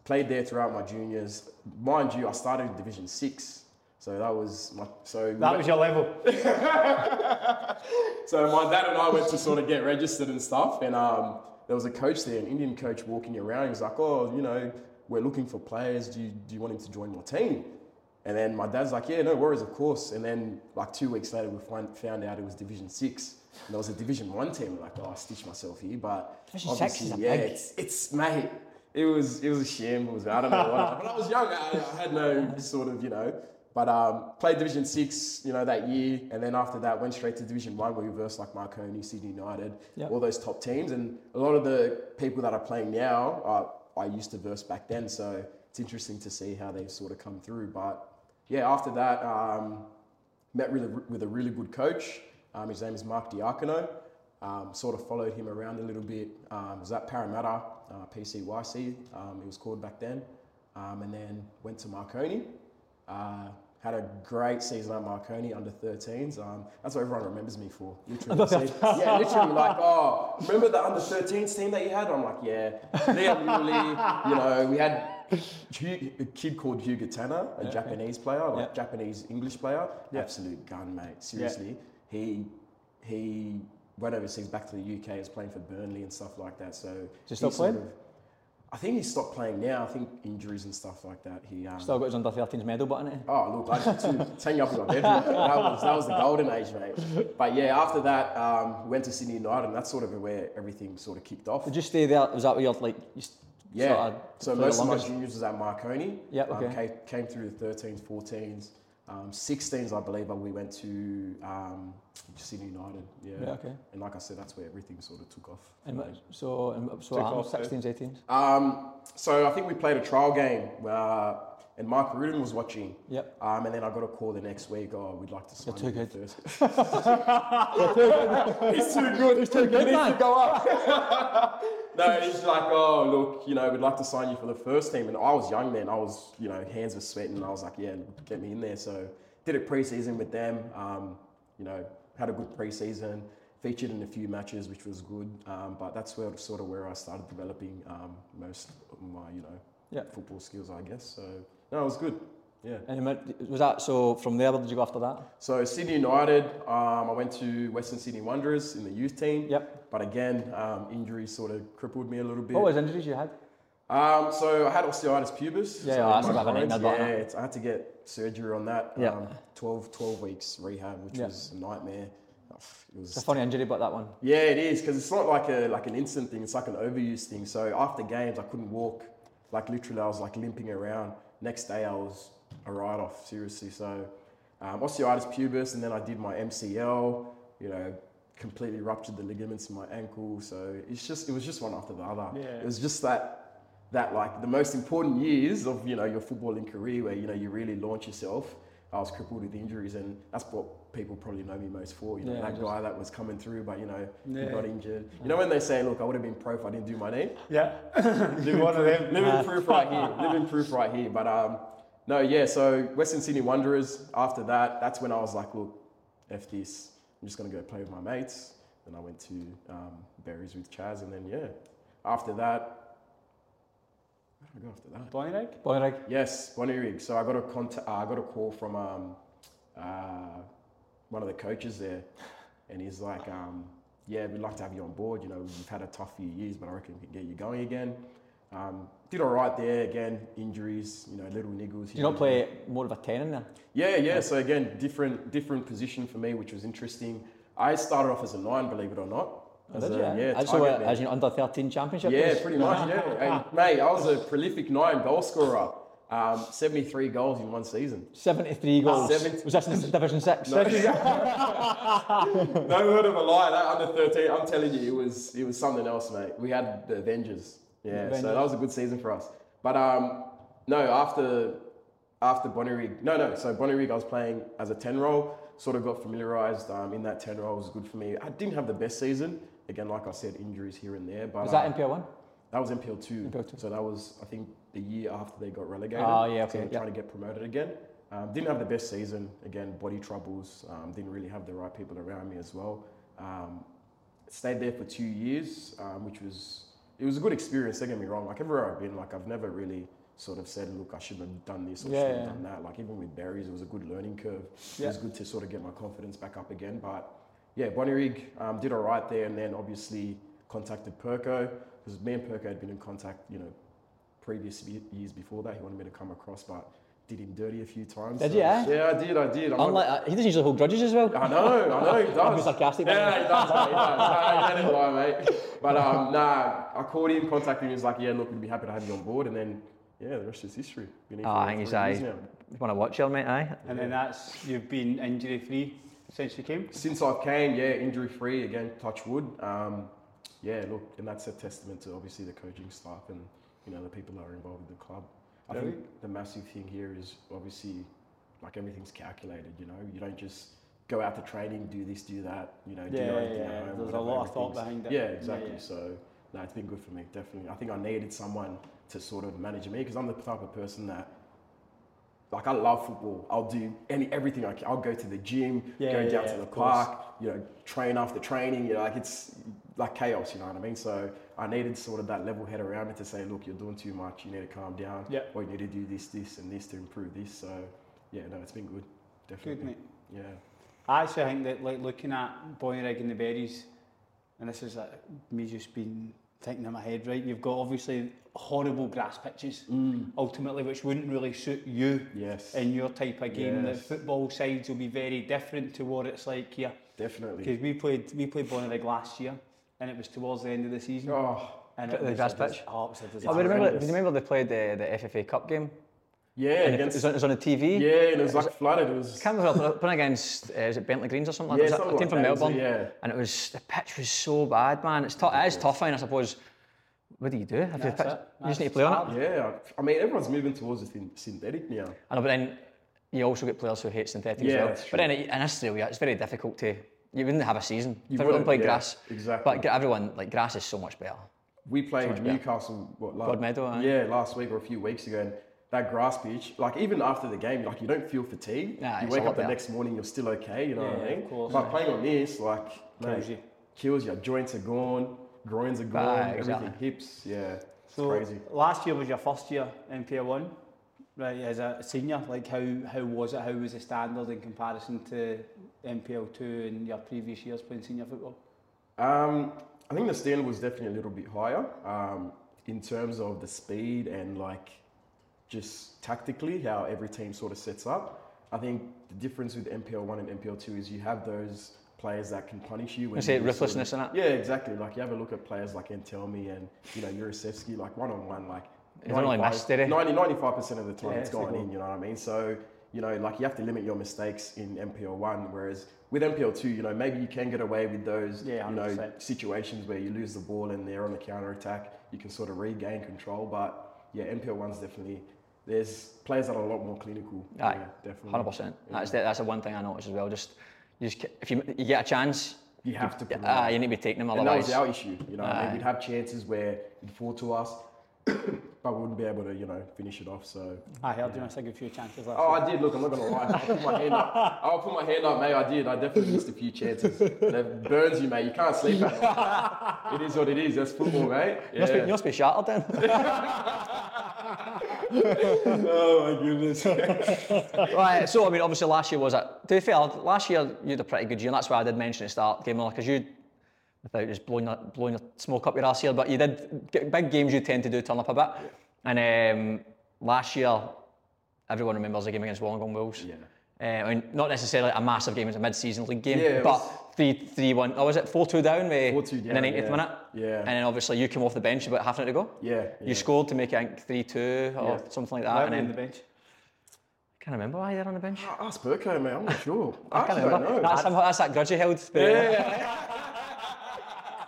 [SPEAKER 2] played there throughout my juniors. Mind you, I started in Division Six, so that was my so
[SPEAKER 3] That was your level.
[SPEAKER 2] So my dad and I went to sort of get registered and stuff, and um, there was a coach there, an Indian coach, walking around. He was like, "Oh, you know, we're looking for players. Do you, do you want him to join your team? And then my dad's like, yeah, no worries, of course. And then like two weeks later, we find, found out it was Division Six. And there was a Division One team. We're like, oh, I stitched myself here. But
[SPEAKER 1] Division six is
[SPEAKER 2] obviously,
[SPEAKER 1] a
[SPEAKER 2] yeah,
[SPEAKER 1] big-
[SPEAKER 2] it's, it's mate. It was it was a shambles. I don't know what. when I was young, I, I had no sort of you know. But um, played Division Six, you know, that year, and then after that went straight to Division One, where we versed like Marconi, Sydney United,
[SPEAKER 1] Yep.
[SPEAKER 2] all those top teams, and a lot of the people that are playing now, uh, I used to verse back then. So it's interesting to see how they've sort of come through. But yeah, after that, um, met really, with a really good coach. Um, his name is Mark Diacono. Um, sort of followed him around a little bit. Um, was at Parramatta, uh, PCYC, um, it was called back then. Um, and then went to Marconi. Uh, had a great season at Marconi under 13s. Um, that's what everyone remembers me for. Literally. See, yeah, literally like, oh, remember the under 13s team that you had? I'm like, yeah. Liam Muley, you know, we had Hugh, a kid called Hugh Tanner, a Japanese player, like
[SPEAKER 1] Yeah.
[SPEAKER 2] Japanese English player,
[SPEAKER 3] Yeah.
[SPEAKER 2] absolute gun, mate. Seriously, he he went overseas back to the UK. Is playing for Burnley and stuff like that. So
[SPEAKER 1] he still
[SPEAKER 2] he sort
[SPEAKER 1] playing?
[SPEAKER 2] of- I think he stopped playing now. I think injuries and stuff like that. He um,
[SPEAKER 1] Still got his under 13s medal button eh? it.
[SPEAKER 2] Oh, look, I did too. It's hanging up in my bedroom. mate. That was, that was the golden age, mate. But yeah, after that, um, went to Sydney United, and that's sort of where everything sort of kicked off.
[SPEAKER 1] Did you stay there? Was that where you're like, you s-
[SPEAKER 2] Yeah.
[SPEAKER 1] sorta
[SPEAKER 2] so
[SPEAKER 1] for the
[SPEAKER 2] most of my
[SPEAKER 1] longest-
[SPEAKER 2] juniors was at Marconi.
[SPEAKER 1] Yep,
[SPEAKER 2] Um,
[SPEAKER 1] okay.
[SPEAKER 2] came, came through the 13s, 14s, um, 16s, I believe, uh, we went to um, Sydney United. Yeah.
[SPEAKER 1] Yeah, okay.
[SPEAKER 2] And like I said, that's where everything sort of took off. for
[SPEAKER 1] And
[SPEAKER 2] me.
[SPEAKER 1] what- so, and what- so what
[SPEAKER 3] Took
[SPEAKER 1] happened?
[SPEAKER 3] off, yeah.
[SPEAKER 1] 16s, 18s?
[SPEAKER 2] Um, so I think we played a trial game uh, and Mark Rudin was watching.
[SPEAKER 1] Yep.
[SPEAKER 2] Um, and then I got a call the next week. Oh, we'd like to sign
[SPEAKER 1] too
[SPEAKER 2] you
[SPEAKER 1] good.
[SPEAKER 2] first.
[SPEAKER 1] He's too good. He's too good, man.
[SPEAKER 2] No, he's like, oh, look, you know, we'd like to sign you for the first team. And I was young then. I was, you know, hands were sweating. And I was like, yeah, get me in there. So did a preseason with them. Um, you know, had a good preseason. Featured in a few matches, which was good. Um, but that's where sort of where I started developing um, most of my, you know,
[SPEAKER 1] Yeah.
[SPEAKER 2] football skills, I guess. So no, it was good. Yeah.
[SPEAKER 1] And you went- was that, so from there, where did you go after that?
[SPEAKER 2] So Sydney United, um, I went to Western Sydney Wanderers in the youth team.
[SPEAKER 1] Yep.
[SPEAKER 2] But again, um, injury sort of crippled me a little bit.
[SPEAKER 1] What was injuries you had?
[SPEAKER 2] Um, so I had osteoitis pubis.
[SPEAKER 1] Yeah,
[SPEAKER 2] so
[SPEAKER 1] yeah, that's
[SPEAKER 2] my
[SPEAKER 1] a bit of a
[SPEAKER 2] groins,
[SPEAKER 1] nightmare, that,
[SPEAKER 2] Yeah,
[SPEAKER 1] huh?
[SPEAKER 2] it's, I had to get surgery on that.
[SPEAKER 1] Yeah.
[SPEAKER 2] Um, 12, 12 weeks rehab, which
[SPEAKER 1] Yeah.
[SPEAKER 2] was a nightmare. Oh, It was
[SPEAKER 1] It's a funny injury, but that one.
[SPEAKER 2] yeah, it is because it's not like a like an instant thing. It's like an overuse thing. So after games, I couldn't walk. Like literally, I was like limping around. Next day, I was a write off. Seriously, so um, osteoitis pubis, and then I did my MCL. You know, completely ruptured the ligaments in my ankle. So it's just it was just one after the other.
[SPEAKER 3] Yeah.
[SPEAKER 2] It was just that that like the most important years of you know your footballing career where you know you really launch yourself. I was crippled with injuries, and that's what people probably know me most for. You know,
[SPEAKER 1] Yeah,
[SPEAKER 2] that
[SPEAKER 1] just-
[SPEAKER 2] guy that was coming through, but you know,
[SPEAKER 3] Yeah.
[SPEAKER 2] he got injured. You know when they say, "Look, I would have been pro if I didn't do my knee."
[SPEAKER 3] Yeah. Do Uh-huh. one of them.
[SPEAKER 2] Living proof right here. Living proof right here. But um, no, yeah. So Western Sydney Wanderers. After that, that's when I was like, "Look, f this. I'm just gonna go play with my mates." Then I went to um, Berries with Chaz, and then yeah. After that, where did I go after that?
[SPEAKER 3] Bonnie Reg?
[SPEAKER 1] Boy, like,
[SPEAKER 2] Yes, Bonnie Rig. So I got a contact, uh, I got a call from um, uh, one of the coaches there, and he's like, um, "Yeah, we'd like to have you on board. You know, we've had a tough few years, but I reckon we can get you going again." Um, did all right there. Again, injuries, you know, little niggles.
[SPEAKER 1] do you not play more of a 10 in there?
[SPEAKER 2] Yeah, yeah. So again, different different position for me, which was interesting. I started off as a nine, believe it or not. As
[SPEAKER 1] Oh, Did
[SPEAKER 2] a,
[SPEAKER 1] you?
[SPEAKER 2] yeah,
[SPEAKER 1] And so,
[SPEAKER 2] target
[SPEAKER 1] uh,
[SPEAKER 2] man.
[SPEAKER 1] as you know, under 13 championship?
[SPEAKER 2] Yeah,
[SPEAKER 1] days?
[SPEAKER 2] pretty much. Yeah, And, mate, I was a prolific nine goal scorer. Um, Seventy-three goals in one season.
[SPEAKER 1] 73 goals.
[SPEAKER 2] Seven-
[SPEAKER 1] Was this in Division 6?
[SPEAKER 2] No word of a lie. That under thirteen, I'm telling you, it was it was something else, mate. We had the Avengers. Yeah,
[SPEAKER 1] Avengers.
[SPEAKER 2] so that was a good season for us. But um, no, after after Bonnerig, no, no. So Bonnerig, I was playing as a ten role. Sort of got familiarized um, in that ten role. It was good for me. I didn't have the best season. Again, like I said, injuries here and there. But
[SPEAKER 1] Was that
[SPEAKER 2] um,
[SPEAKER 1] NPL 1?
[SPEAKER 2] That was NPL two.
[SPEAKER 1] NPL two.
[SPEAKER 2] So that was, I think, the year after they got relegated.
[SPEAKER 1] Ah, yeah, okay,
[SPEAKER 2] So they're
[SPEAKER 1] yeah.
[SPEAKER 2] trying to get promoted again. Um, didn't have the best season. Again, body troubles. Um, didn't really have the right people around me as well. Um, stayed there for two years, um, which was it was a good experience. Don't get me wrong. Like everywhere I've been, like I've never really sort of said, look, I should have done this or
[SPEAKER 1] Yeah,
[SPEAKER 2] should have
[SPEAKER 1] yeah.
[SPEAKER 2] done that. Like even with berries, it was a good learning curve. It
[SPEAKER 3] Yeah.
[SPEAKER 2] was good to sort of get my confidence back up again. But yeah, Bonnie Rig um, did all right there, and then obviously contacted Perko because me and Perko had been in contact, you know, previous ye- years before that. He wanted me to come across, but did him dirty a few times.
[SPEAKER 4] Did you, eh?
[SPEAKER 2] Yeah, I did. I did. I'm not-
[SPEAKER 4] Unlike, uh, he doesn't usually hold grudges as well.
[SPEAKER 2] I know, I know, he does.
[SPEAKER 4] I'm being sarcastic, by the
[SPEAKER 2] Yeah,
[SPEAKER 4] way.
[SPEAKER 2] he does. mate, he does. I I didn't lie, mate. But um, nah, I called him, contacted him. He was like, "Yeah, look, we'd be happy to have you on board." And then, yeah, the rest is history. Been here for
[SPEAKER 4] Ah, I think he's
[SPEAKER 2] three
[SPEAKER 4] aye.
[SPEAKER 2] years now.
[SPEAKER 4] Want to watch her, mate? Aye.
[SPEAKER 3] And then that's you've been injury free since you came.
[SPEAKER 2] Since I came, yeah, injury free again. Touch wood. Um, yeah, look, and that's a testament to obviously the coaching staff and you know the people that are involved with the club. I
[SPEAKER 3] Very-
[SPEAKER 2] think the massive thing here is obviously like everything's calculated. You know, you don't just go out to training, do this, do that. You know, do
[SPEAKER 3] Yeah,
[SPEAKER 2] your own thing
[SPEAKER 3] yeah,
[SPEAKER 2] at home,
[SPEAKER 3] there's a
[SPEAKER 2] whatever,
[SPEAKER 3] lot of thought
[SPEAKER 2] everything's-
[SPEAKER 3] behind it.
[SPEAKER 2] Yeah,
[SPEAKER 3] Yeah,
[SPEAKER 2] exactly.
[SPEAKER 3] yeah.
[SPEAKER 2] So no, it's been good for me, definitely. I think I needed someone to sort of manage me because I'm the type of person that. Like I love football. I'll do any everything I can. I'll go to the gym,
[SPEAKER 3] Yeah,
[SPEAKER 2] go
[SPEAKER 3] yeah,
[SPEAKER 2] down
[SPEAKER 3] yeah,
[SPEAKER 2] to the
[SPEAKER 3] of course.
[SPEAKER 2] park, you know, train after training, you know, like it's like chaos, you know what I mean? So I needed sort of that level head around me to say, look, you're doing too much, you need to calm down,
[SPEAKER 3] Yeah.
[SPEAKER 2] or you need to do this, this, and this to improve this. So yeah, no, it's been good, definitely.
[SPEAKER 3] Good mate.
[SPEAKER 2] Yeah.
[SPEAKER 3] I actually think that like looking at Boynrig and the Berries, and this is like me just being thinking in my head, right? You've got obviously horrible grass pitches, ultimately, which wouldn't really suit you
[SPEAKER 2] Mm, Yes.
[SPEAKER 3] in your type of game. The
[SPEAKER 2] Yes.
[SPEAKER 3] football sides will be very different to what it's like here.
[SPEAKER 2] definitely.
[SPEAKER 3] Because we played we played Boynrig last year, and it was towards the end of the season.
[SPEAKER 2] Oh,
[SPEAKER 3] And
[SPEAKER 1] The
[SPEAKER 3] was
[SPEAKER 1] grass
[SPEAKER 3] a dis-
[SPEAKER 1] pitch?
[SPEAKER 3] Oh, it was a disaster.
[SPEAKER 1] Oh, we remember,
[SPEAKER 2] horrendous.
[SPEAKER 1] do you remember they played the, the FFA Cup game?
[SPEAKER 2] yeah,
[SPEAKER 1] And it,
[SPEAKER 2] against,
[SPEAKER 1] was on, it was on the TV.
[SPEAKER 2] yeah, and it was like flooded. It was
[SPEAKER 1] can't remember who I played against. Uh, was it Bentley Greens or something?
[SPEAKER 2] Yeah,
[SPEAKER 1] like that?
[SPEAKER 2] something
[SPEAKER 1] a team
[SPEAKER 2] like
[SPEAKER 1] from
[SPEAKER 2] that, it was,
[SPEAKER 1] Melbourne.
[SPEAKER 2] yeah.
[SPEAKER 1] And it was the pitch was so bad, man. It's tough. It is tough, and I suppose. What do you do if the
[SPEAKER 3] That's
[SPEAKER 1] pitch? You
[SPEAKER 3] it.
[SPEAKER 1] just
[SPEAKER 3] That's
[SPEAKER 1] need to play on it.
[SPEAKER 2] yeah. I mean, everyone's moving towards the thin- synthetic now.
[SPEAKER 1] I know, but then you also get players who hate synthetic
[SPEAKER 2] Yeah,
[SPEAKER 1] as
[SPEAKER 2] that's
[SPEAKER 1] well.
[SPEAKER 2] true.
[SPEAKER 1] But then it- in Australia, it's very difficult to. You wouldn't have a season. if everyone
[SPEAKER 2] wouldn't,
[SPEAKER 1] played
[SPEAKER 2] yeah,
[SPEAKER 1] grass.
[SPEAKER 2] exactly.
[SPEAKER 1] But everyone like grass is so much better.
[SPEAKER 2] We played
[SPEAKER 1] better.
[SPEAKER 2] Newcastle what last
[SPEAKER 1] Meadow, aye.
[SPEAKER 2] Yeah, last week or a few weeks ago, and that grass pitch, like even after the game, like you don't feel fatigued.
[SPEAKER 1] Nah,
[SPEAKER 2] you
[SPEAKER 1] it's
[SPEAKER 2] wake
[SPEAKER 1] a lot
[SPEAKER 2] up the
[SPEAKER 1] better.
[SPEAKER 2] next morning, you're still okay. You know what
[SPEAKER 3] Yeah,
[SPEAKER 2] I mean?
[SPEAKER 3] of course,
[SPEAKER 2] But playing on this, like mate,
[SPEAKER 3] Kills you.
[SPEAKER 2] kills you. Joints are gone, groins are gone,
[SPEAKER 1] Aye, exactly.
[SPEAKER 2] everything, hips. Yeah, it's
[SPEAKER 3] So
[SPEAKER 2] crazy.
[SPEAKER 3] last year was your first year in Pier One, right? As a senior, like how how was it? How was the standard in comparison to MPL two and your previous years playing senior football?
[SPEAKER 2] Um, I think the standard was definitely a little bit higher um, in terms of the speed and like just tactically how every team sort of sets up. I think the difference with MPL one and MPL two is you have those players that can punish you. When
[SPEAKER 1] I say
[SPEAKER 2] you sort of-
[SPEAKER 1] ruthlessness and that.
[SPEAKER 2] Yeah, exactly. Like you have a look at players like Entelmi and you know Jurasevsky, like one on one, like
[SPEAKER 1] He's only
[SPEAKER 2] 95
[SPEAKER 1] missed, did he?
[SPEAKER 2] 90, 95% of the time
[SPEAKER 3] Yeah,
[SPEAKER 2] it's
[SPEAKER 3] it's a
[SPEAKER 2] gone
[SPEAKER 3] goal.
[SPEAKER 2] in, you know what I mean? So, you know, like you have to limit your mistakes in MPL 1, whereas with MPL 2, you know, maybe you can get away with those,
[SPEAKER 3] Yeah,
[SPEAKER 2] you know,
[SPEAKER 3] 100%.
[SPEAKER 2] situations where you lose the ball and they're on the counter attack. You can sort of regain control, but yeah, MPL 1's definitely, there's players that are a lot more clinical.
[SPEAKER 1] Aye,
[SPEAKER 2] yeah, definitely.
[SPEAKER 1] Hundred percent. That's the, that's the one thing I noticed as well. Just you just ca- if you you get a chance,
[SPEAKER 2] You have to put it
[SPEAKER 1] ah,
[SPEAKER 2] in.
[SPEAKER 1] you need to be taking them
[SPEAKER 2] And that
[SPEAKER 1] otherwise.
[SPEAKER 2] was our issue, you know. what I mean, we'd have chances where it'd fall to us, but we wouldn't be able to, you know, finish it off. So,
[SPEAKER 3] I held you a second few chances last
[SPEAKER 2] oh,
[SPEAKER 3] year.
[SPEAKER 2] I did. Look, I'm not gonna lie. I'll put my hand up. I'll put my hand up, mate. I did. I definitely missed a few chances. That burns you, mate. You can't sleep. At night. it is what it is. That's football, mate.
[SPEAKER 1] You must, be,
[SPEAKER 2] Yeah.
[SPEAKER 1] you must be shattered then.
[SPEAKER 2] oh my goodness.
[SPEAKER 1] right, so I mean, obviously last year was a, to be fair, last year you had a pretty good year, and that's why I did mention at the start, game because you, without just blowing your, blowing your smoke up your ass here, but you did, get big games you tend to do turn up a bit. And um, last year, everyone remembers the game against Wollongong Wolves.
[SPEAKER 2] Yeah.
[SPEAKER 1] Uh, I mean, not necessarily a massive game, it was a mid-season league game,
[SPEAKER 2] Yeah, it
[SPEAKER 1] but
[SPEAKER 2] was-
[SPEAKER 1] 3-3-1, oh was it 4-2 down, eh,
[SPEAKER 2] 4-2
[SPEAKER 1] in the
[SPEAKER 2] down,
[SPEAKER 1] 90th
[SPEAKER 2] yeah.
[SPEAKER 1] minute?
[SPEAKER 2] Yeah.
[SPEAKER 1] And then obviously you came off the bench about half an hour to go.
[SPEAKER 2] yeah. yeah.
[SPEAKER 1] You scored to make it, I think, 3-2 or
[SPEAKER 2] Yeah.
[SPEAKER 1] something like that.
[SPEAKER 3] I
[SPEAKER 1] and
[SPEAKER 3] went
[SPEAKER 1] then,
[SPEAKER 3] on the bench.
[SPEAKER 1] can't remember why they're on the bench.
[SPEAKER 2] Ask Burko, mate. I'm not sure. I,
[SPEAKER 1] I can't
[SPEAKER 2] actually don't
[SPEAKER 1] remember.
[SPEAKER 2] know.
[SPEAKER 1] That's, somehow, that's that grudge you held. but-
[SPEAKER 2] yeah.